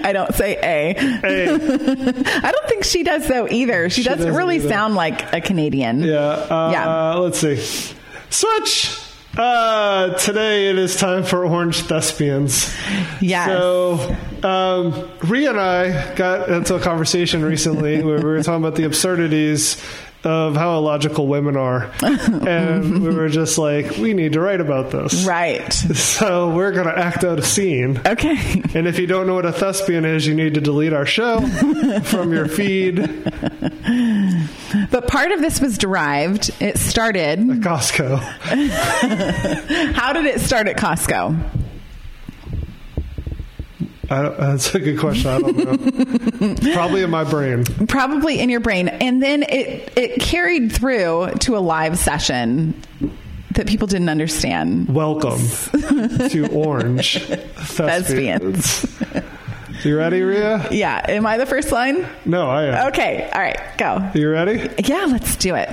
Speaker 2: I don't say A.
Speaker 1: Hey,
Speaker 2: I don't think she does though either. She, doesn't,
Speaker 1: doesn't
Speaker 2: really
Speaker 1: either.
Speaker 2: sound like a Canadian.
Speaker 1: yeah, uh,
Speaker 2: Yeah.
Speaker 1: Let's see. Switch. Uh, today it is time for Orange Thespians.
Speaker 2: Yes.
Speaker 1: So, um, Rhea and I got into a conversation recently where we were talking about the absurdities of how illogical women are. And we were just like, we need to write about this.
Speaker 2: Right.
Speaker 1: So, we're going to act out a scene.
Speaker 2: Okay.
Speaker 1: And if you don't know what a thespian is, you need to delete our show from your feed,
Speaker 2: But part of this was derived. It started.
Speaker 1: Costco.
Speaker 2: How did it start at Costco?
Speaker 1: I, don't- that's a good question. I don't know. Probably in my brain.
Speaker 2: probably in your brain and then it it carried through to a live session that people didn't understand
Speaker 1: Welcome to Orange Thespians.
Speaker 2: thespians
Speaker 1: You ready, Ria?
Speaker 2: yeah am i the first line
Speaker 1: No, I am.
Speaker 2: okay all right go
Speaker 1: You ready?
Speaker 2: yeah let's do it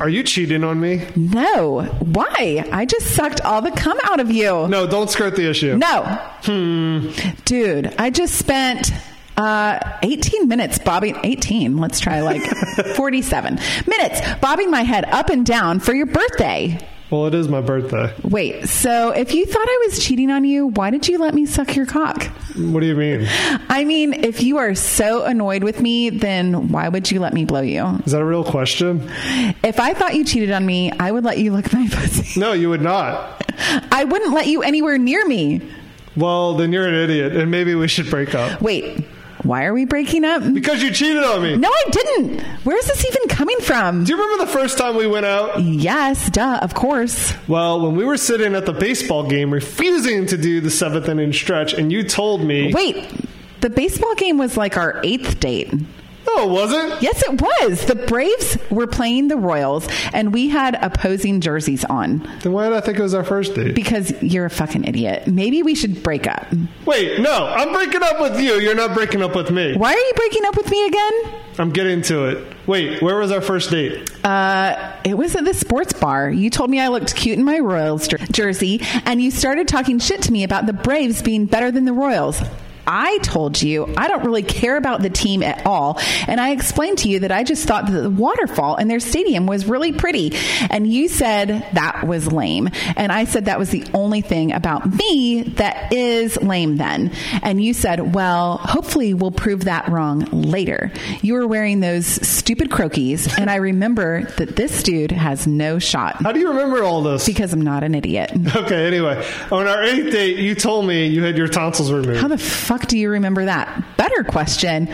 Speaker 1: Are you cheating on me?
Speaker 2: no why i just sucked all the cum out of you
Speaker 1: No, don't skirt the issue.
Speaker 2: no dude i just spent uh, 18 minutes bobbing 18 let's try like 47 minutes bobbing my head up and down for your birthday
Speaker 1: Well, it is my birthday.
Speaker 2: Wait, so if you thought I was cheating on you, why did you let me suck your cock?
Speaker 1: What do you mean?
Speaker 2: I mean, if you are so annoyed with me, then why would you let me blow you?
Speaker 1: Is that a real question?
Speaker 2: If I thought you cheated on me, I would let you lick my pussy.
Speaker 1: No, you would not.
Speaker 2: I wouldn't let you anywhere near me.
Speaker 1: Well, then you're an idiot, and maybe we should break up.
Speaker 2: Wait, why are we breaking up? No,
Speaker 1: Because you cheated on me.
Speaker 2: I didn't. Where is this even coming from?
Speaker 1: Do you remember the first time we went out?
Speaker 2: Yes, duh, of course.
Speaker 1: Well, when we were sitting at the baseball game refusing to do the seventh inning stretch, and you told me.
Speaker 2: Wait, the baseball game was like our eighth date.
Speaker 1: No, it wasn't.
Speaker 2: Yes, it was. The Braves were playing the Royals, and we had opposing jerseys on
Speaker 1: Then why did I think it was our first date?
Speaker 2: because you're a fucking idiot. Maybe we should break up.
Speaker 1: Wait, no, I'm breaking up with you. You're not breaking up with me.
Speaker 2: Why are you breaking up with me again?
Speaker 1: I'm getting to it. Wait, where was our first date?
Speaker 2: Uh, it was at the sports bar. You told me I looked cute in my Royals jer- jersey, and you started talking shit to me about the Braves being better than the Royals. I told you I don't really care about the team at all, and I explained to you that I just thought that the waterfall in their stadium was really pretty, and you said that was lame, and I said that was the only thing about me that is lame then, and you said, well, hopefully we'll prove that wrong later. You were wearing those stupid croquis, and I remember that this dude has no shot
Speaker 1: How do you remember all this?
Speaker 2: because I'm not an idiot.
Speaker 1: Okay, anyway, on our eighth date, you told me you had your tonsils removed.
Speaker 2: How the fuck do you remember that? Better question.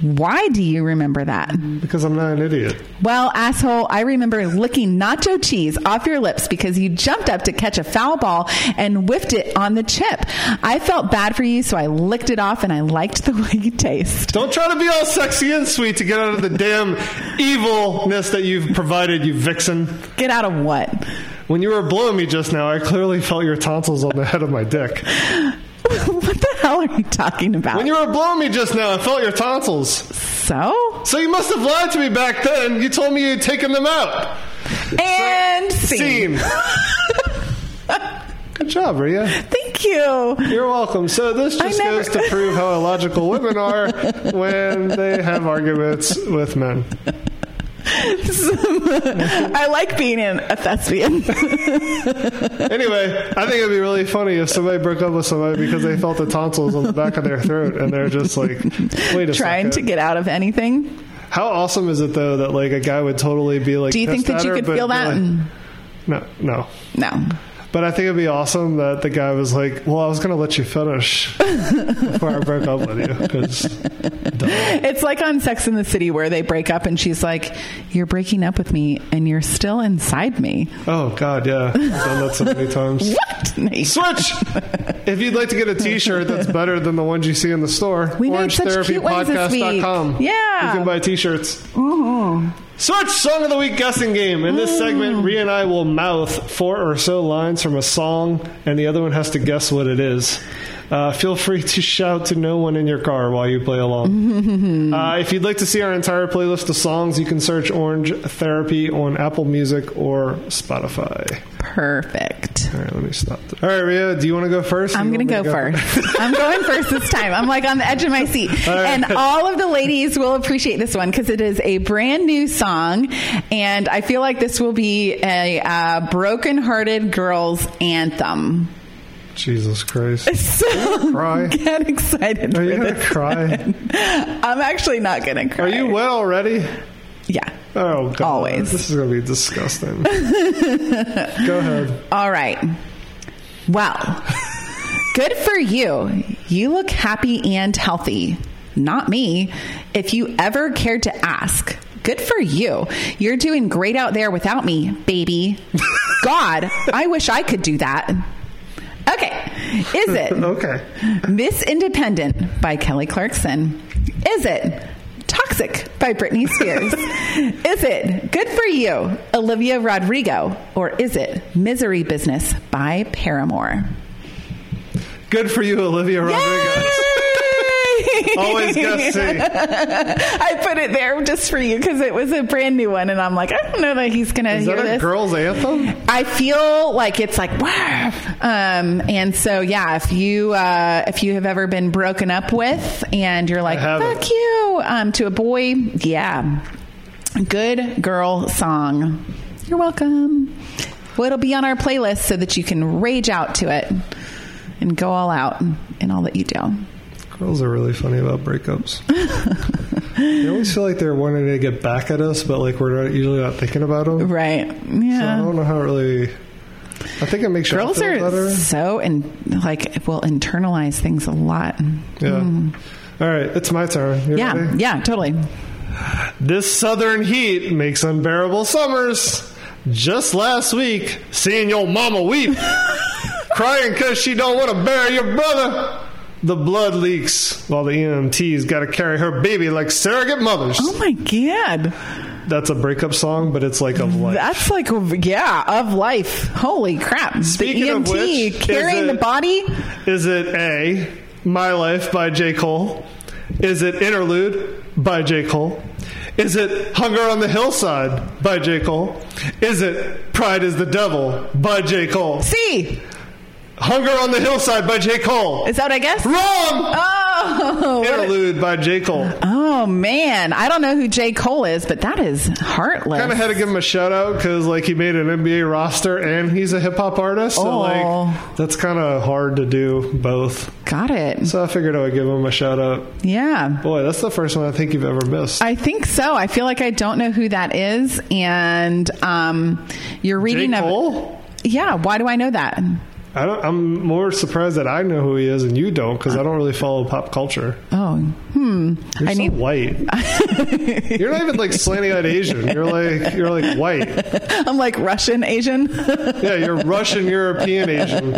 Speaker 2: Why do you remember that?
Speaker 1: Because I'm not an idiot.
Speaker 2: Well, asshole, I remember licking nacho cheese off your lips because you jumped up to catch a foul ball and whiffed it on the chip. I felt bad for you, so I licked it off and I liked the way you taste.
Speaker 1: Don't try to be all sexy and sweet to get out of the damn evilness that you've provided, you vixen.
Speaker 2: Get out of what?
Speaker 1: When you were blowing me just now, I clearly felt your tonsils on the head of my dick.
Speaker 2: what the hell are you talking about?
Speaker 1: When you were blowing me just now, I felt your tonsils.
Speaker 2: so?
Speaker 1: So you must have lied to me back then. You told me you'd taken them out.
Speaker 2: And scene.
Speaker 1: Scene. Good job, Ria.
Speaker 2: Thank you.
Speaker 1: You're welcome. So this just
Speaker 2: never-
Speaker 1: goes to prove how illogical women are when they have arguments with men.
Speaker 2: I like being in a thespian.
Speaker 1: Anyway, I think it'd be really funny if somebody broke up with somebody because they felt the tonsils on the back of their throat and they're just like, wait a
Speaker 2: trying to
Speaker 1: second.
Speaker 2: get out of anything.
Speaker 1: How awesome is it though that like a guy would totally be like,
Speaker 2: Do you think
Speaker 1: pissed at
Speaker 2: that you
Speaker 1: her,
Speaker 2: could
Speaker 1: but
Speaker 2: feel
Speaker 1: be
Speaker 2: that?
Speaker 1: like- no, no.
Speaker 2: no.
Speaker 1: But I think it'd be awesome that the guy was like, well, I was gonna let you finish before I broke up with you 'cause
Speaker 2: It's like on Sex in the City where they break up and she's like, You're breaking up with me and you're still inside me.
Speaker 1: Oh God, yeah, I've done that so many times.
Speaker 2: What? Nate?
Speaker 1: Switch. If you'd like to get a T-shirt that's better than the ones you see in the store,
Speaker 2: We made such cute ones this week.
Speaker 1: orangetherapypodcast.com.
Speaker 2: Yeah. Oh.
Speaker 1: you can buy T-shirts. Switch song of the week guessing game. In this
Speaker 2: Mm.
Speaker 1: segment, Rhea and I will mouth four or so lines from a song, and the other one has to guess what it is. Uh, feel free to shout to no one in your car while you play along. uh, if you'd like to see our entire playlist of songs, you can search Orange Therapy on Apple Music or Spotify.
Speaker 2: Perfect.
Speaker 1: All right, let me stop. There. All right, Ria, do you want to go first?
Speaker 2: I'm
Speaker 1: You
Speaker 2: going
Speaker 1: want me
Speaker 2: to go first. I'm going first this time. I'm like on the edge of my seat.
Speaker 1: right.
Speaker 2: And all of the ladies will appreciate this one because it is a brand new song. And I feel like this will be a uh, broken hearted girls anthem.
Speaker 1: Jesus Christ.
Speaker 2: So
Speaker 1: Cry.
Speaker 2: get excited.
Speaker 1: Are
Speaker 2: for
Speaker 1: you going to
Speaker 2: this.
Speaker 1: cry?
Speaker 2: I'm actually not going to cry.
Speaker 1: Are you wet already?
Speaker 2: Yeah.
Speaker 1: Oh, God.
Speaker 2: Always.
Speaker 1: This is going to be disgusting. go ahead.
Speaker 2: All right. Well, good for you. You look happy and healthy. Not me. If you ever cared to ask, good for you. You're doing great out there without me, baby. God, I wish I could do that. Okay. Is it
Speaker 1: Okay.
Speaker 2: Miss Independent by Kelly Clarkson? Is it Toxic by Britney Spears? is it Good for You, Olivia Rodrigo? Or is it Misery Business by Paramore?
Speaker 1: Good for you, Olivia Rodrigo.
Speaker 2: Yay!
Speaker 1: Always guess C.
Speaker 2: I put it there just for you because it was a brand new one, and I'm like, I don't know that he's gonna
Speaker 1: Is
Speaker 2: hear
Speaker 1: that a
Speaker 2: this.
Speaker 1: girl's anthem?
Speaker 2: I feel like it's like wow. Um, and so yeah, if you uh, if you have ever been broken up with and you're like
Speaker 1: haven't.
Speaker 2: fuck you um, to a boy, yeah, good girl song. You're welcome. Well, it'll be on our playlist so that you can rage out to it and go all out in all that you do.
Speaker 1: Girls are really funny about breakups. they always feel like they're wanting to get back at us, but like we're not, usually not thinking about them.
Speaker 2: Right?
Speaker 1: So I
Speaker 2: Yeah.
Speaker 1: don't know how it really. I think it makes you
Speaker 2: Uh. Girls
Speaker 1: feel
Speaker 2: are
Speaker 1: better.
Speaker 2: so and like will internalize things a lot.
Speaker 1: Yeah. All right, it's my turn. You
Speaker 2: Hmm. Yeah,
Speaker 1: ready?
Speaker 2: yeah, totally.
Speaker 1: This southern heat makes unbearable summers. Just last week, seeing your mama weep, crying because she don't want to bury your brother. The blood leaks while the E EMT's got to carry her baby like surrogate mothers.
Speaker 2: Oh my god.
Speaker 1: That's a breakup song, but it's like of life.
Speaker 2: That's like yeah, of life. Holy crap.
Speaker 1: Speaking
Speaker 2: the EMT
Speaker 1: of which, is
Speaker 2: carrying the
Speaker 1: it-
Speaker 2: body?
Speaker 1: Is it A, My Life by J. Cole? Is it Interlude by J. Cole? Is it Hunger on the Hillside by J. Cole? Is it Pride is the Devil by J. Cole?
Speaker 2: C.
Speaker 1: Hunger on the Hillside by J. Cole.
Speaker 2: Is that what I guess?
Speaker 1: Wrong!
Speaker 2: Oh. what a-
Speaker 1: Interlude by J. Cole.
Speaker 2: Oh man, I don't know who J. Cole is, but that is heartless.
Speaker 1: Kind of had to give him a shout out because, like, he made an NBA roster and he's a hip hop artist. So,
Speaker 2: Oh.
Speaker 1: like, that's kind of hard to do both.
Speaker 2: Got it.
Speaker 1: So I figured I would give him a shout out.
Speaker 2: Yeah.
Speaker 1: Boy, that's the first one I think you've ever missed.
Speaker 2: I think so. I feel like I don't know who that is, and um, you're
Speaker 1: J.
Speaker 2: reading. a-
Speaker 1: Cole?
Speaker 2: yeah. Why do I know that?
Speaker 1: I don't, I'm more surprised that I know who he is and you don't because I don't really follow pop culture.
Speaker 2: Oh, hmm.
Speaker 1: You're
Speaker 2: I
Speaker 1: so
Speaker 2: need.
Speaker 1: white. you're not even like slanty eyed Asian. You're like you're like white.
Speaker 2: I'm like Russian Asian.
Speaker 1: Yeah, you're Russian European Asian.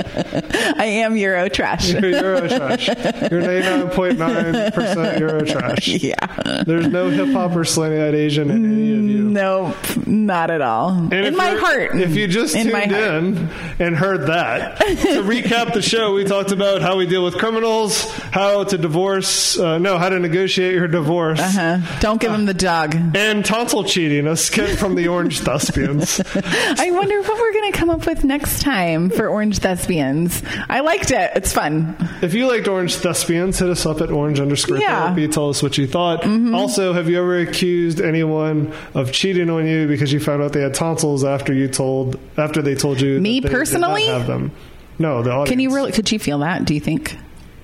Speaker 2: I am Euro trash.
Speaker 1: You're Eurotrash. You're 99.9 percent Eurotrash.
Speaker 2: yeah.
Speaker 1: There's no hip hop or slanty eyed Asian in any of you.
Speaker 2: Nope, not at all.
Speaker 1: Mm. And
Speaker 2: in
Speaker 1: if
Speaker 2: my
Speaker 1: you're-
Speaker 2: heart.
Speaker 1: If you just
Speaker 2: In
Speaker 1: tuned
Speaker 2: my heart.
Speaker 1: in and heard that, to recap the show, we talked about how we deal with criminals, how to divorce, uh, no, how to negotiate your divorce,
Speaker 2: Uh, don't give him the dog.
Speaker 1: and tonsil cheating, a skit from the Orange Thespians.
Speaker 2: I wonder what we're going to come up with next time for Orange Thespians. I liked it. It's fun.
Speaker 1: If you liked Orange Thespians, hit us up at orange underscore
Speaker 2: Yeah. Mm-hmm.
Speaker 1: therapy. Tell us what you thought. Also, have you ever accused anyone of cheating on you because you found out they had tonsils after you told after they told you
Speaker 2: Me
Speaker 1: that they did not
Speaker 2: personally?
Speaker 1: have them? No, the audience.
Speaker 2: Can you really? Could you feel that? Do you think?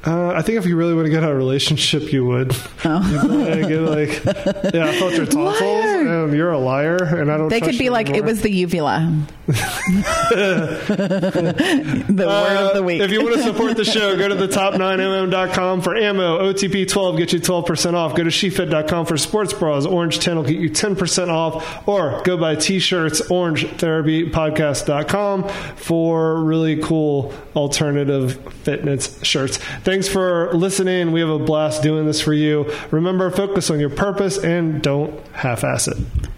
Speaker 1: Uh, I think if you really want to get out of a relationship, you would. You'd be like, like, yeah, I felt your tonsils,
Speaker 2: Oh. Liar.
Speaker 1: and you're a liar, and I don't.
Speaker 2: They
Speaker 1: trust
Speaker 2: could be
Speaker 1: you
Speaker 2: like, it
Speaker 1: anymore."
Speaker 2: was the uvula. the word of the
Speaker 1: Uh,
Speaker 2: week.
Speaker 1: If you want to support the show, go to the top9mm.com for ammo. OTP12 get you 12% off. Go to shefit.com for sports bras. Orange 10 will get you 10% off. Or go buy t shirts, orangetherapypodcast.com for really cool alternative fitness shirts. Thanks for listening. We have a blast doing this for you. Remember, focus on your purpose and don't half ass it.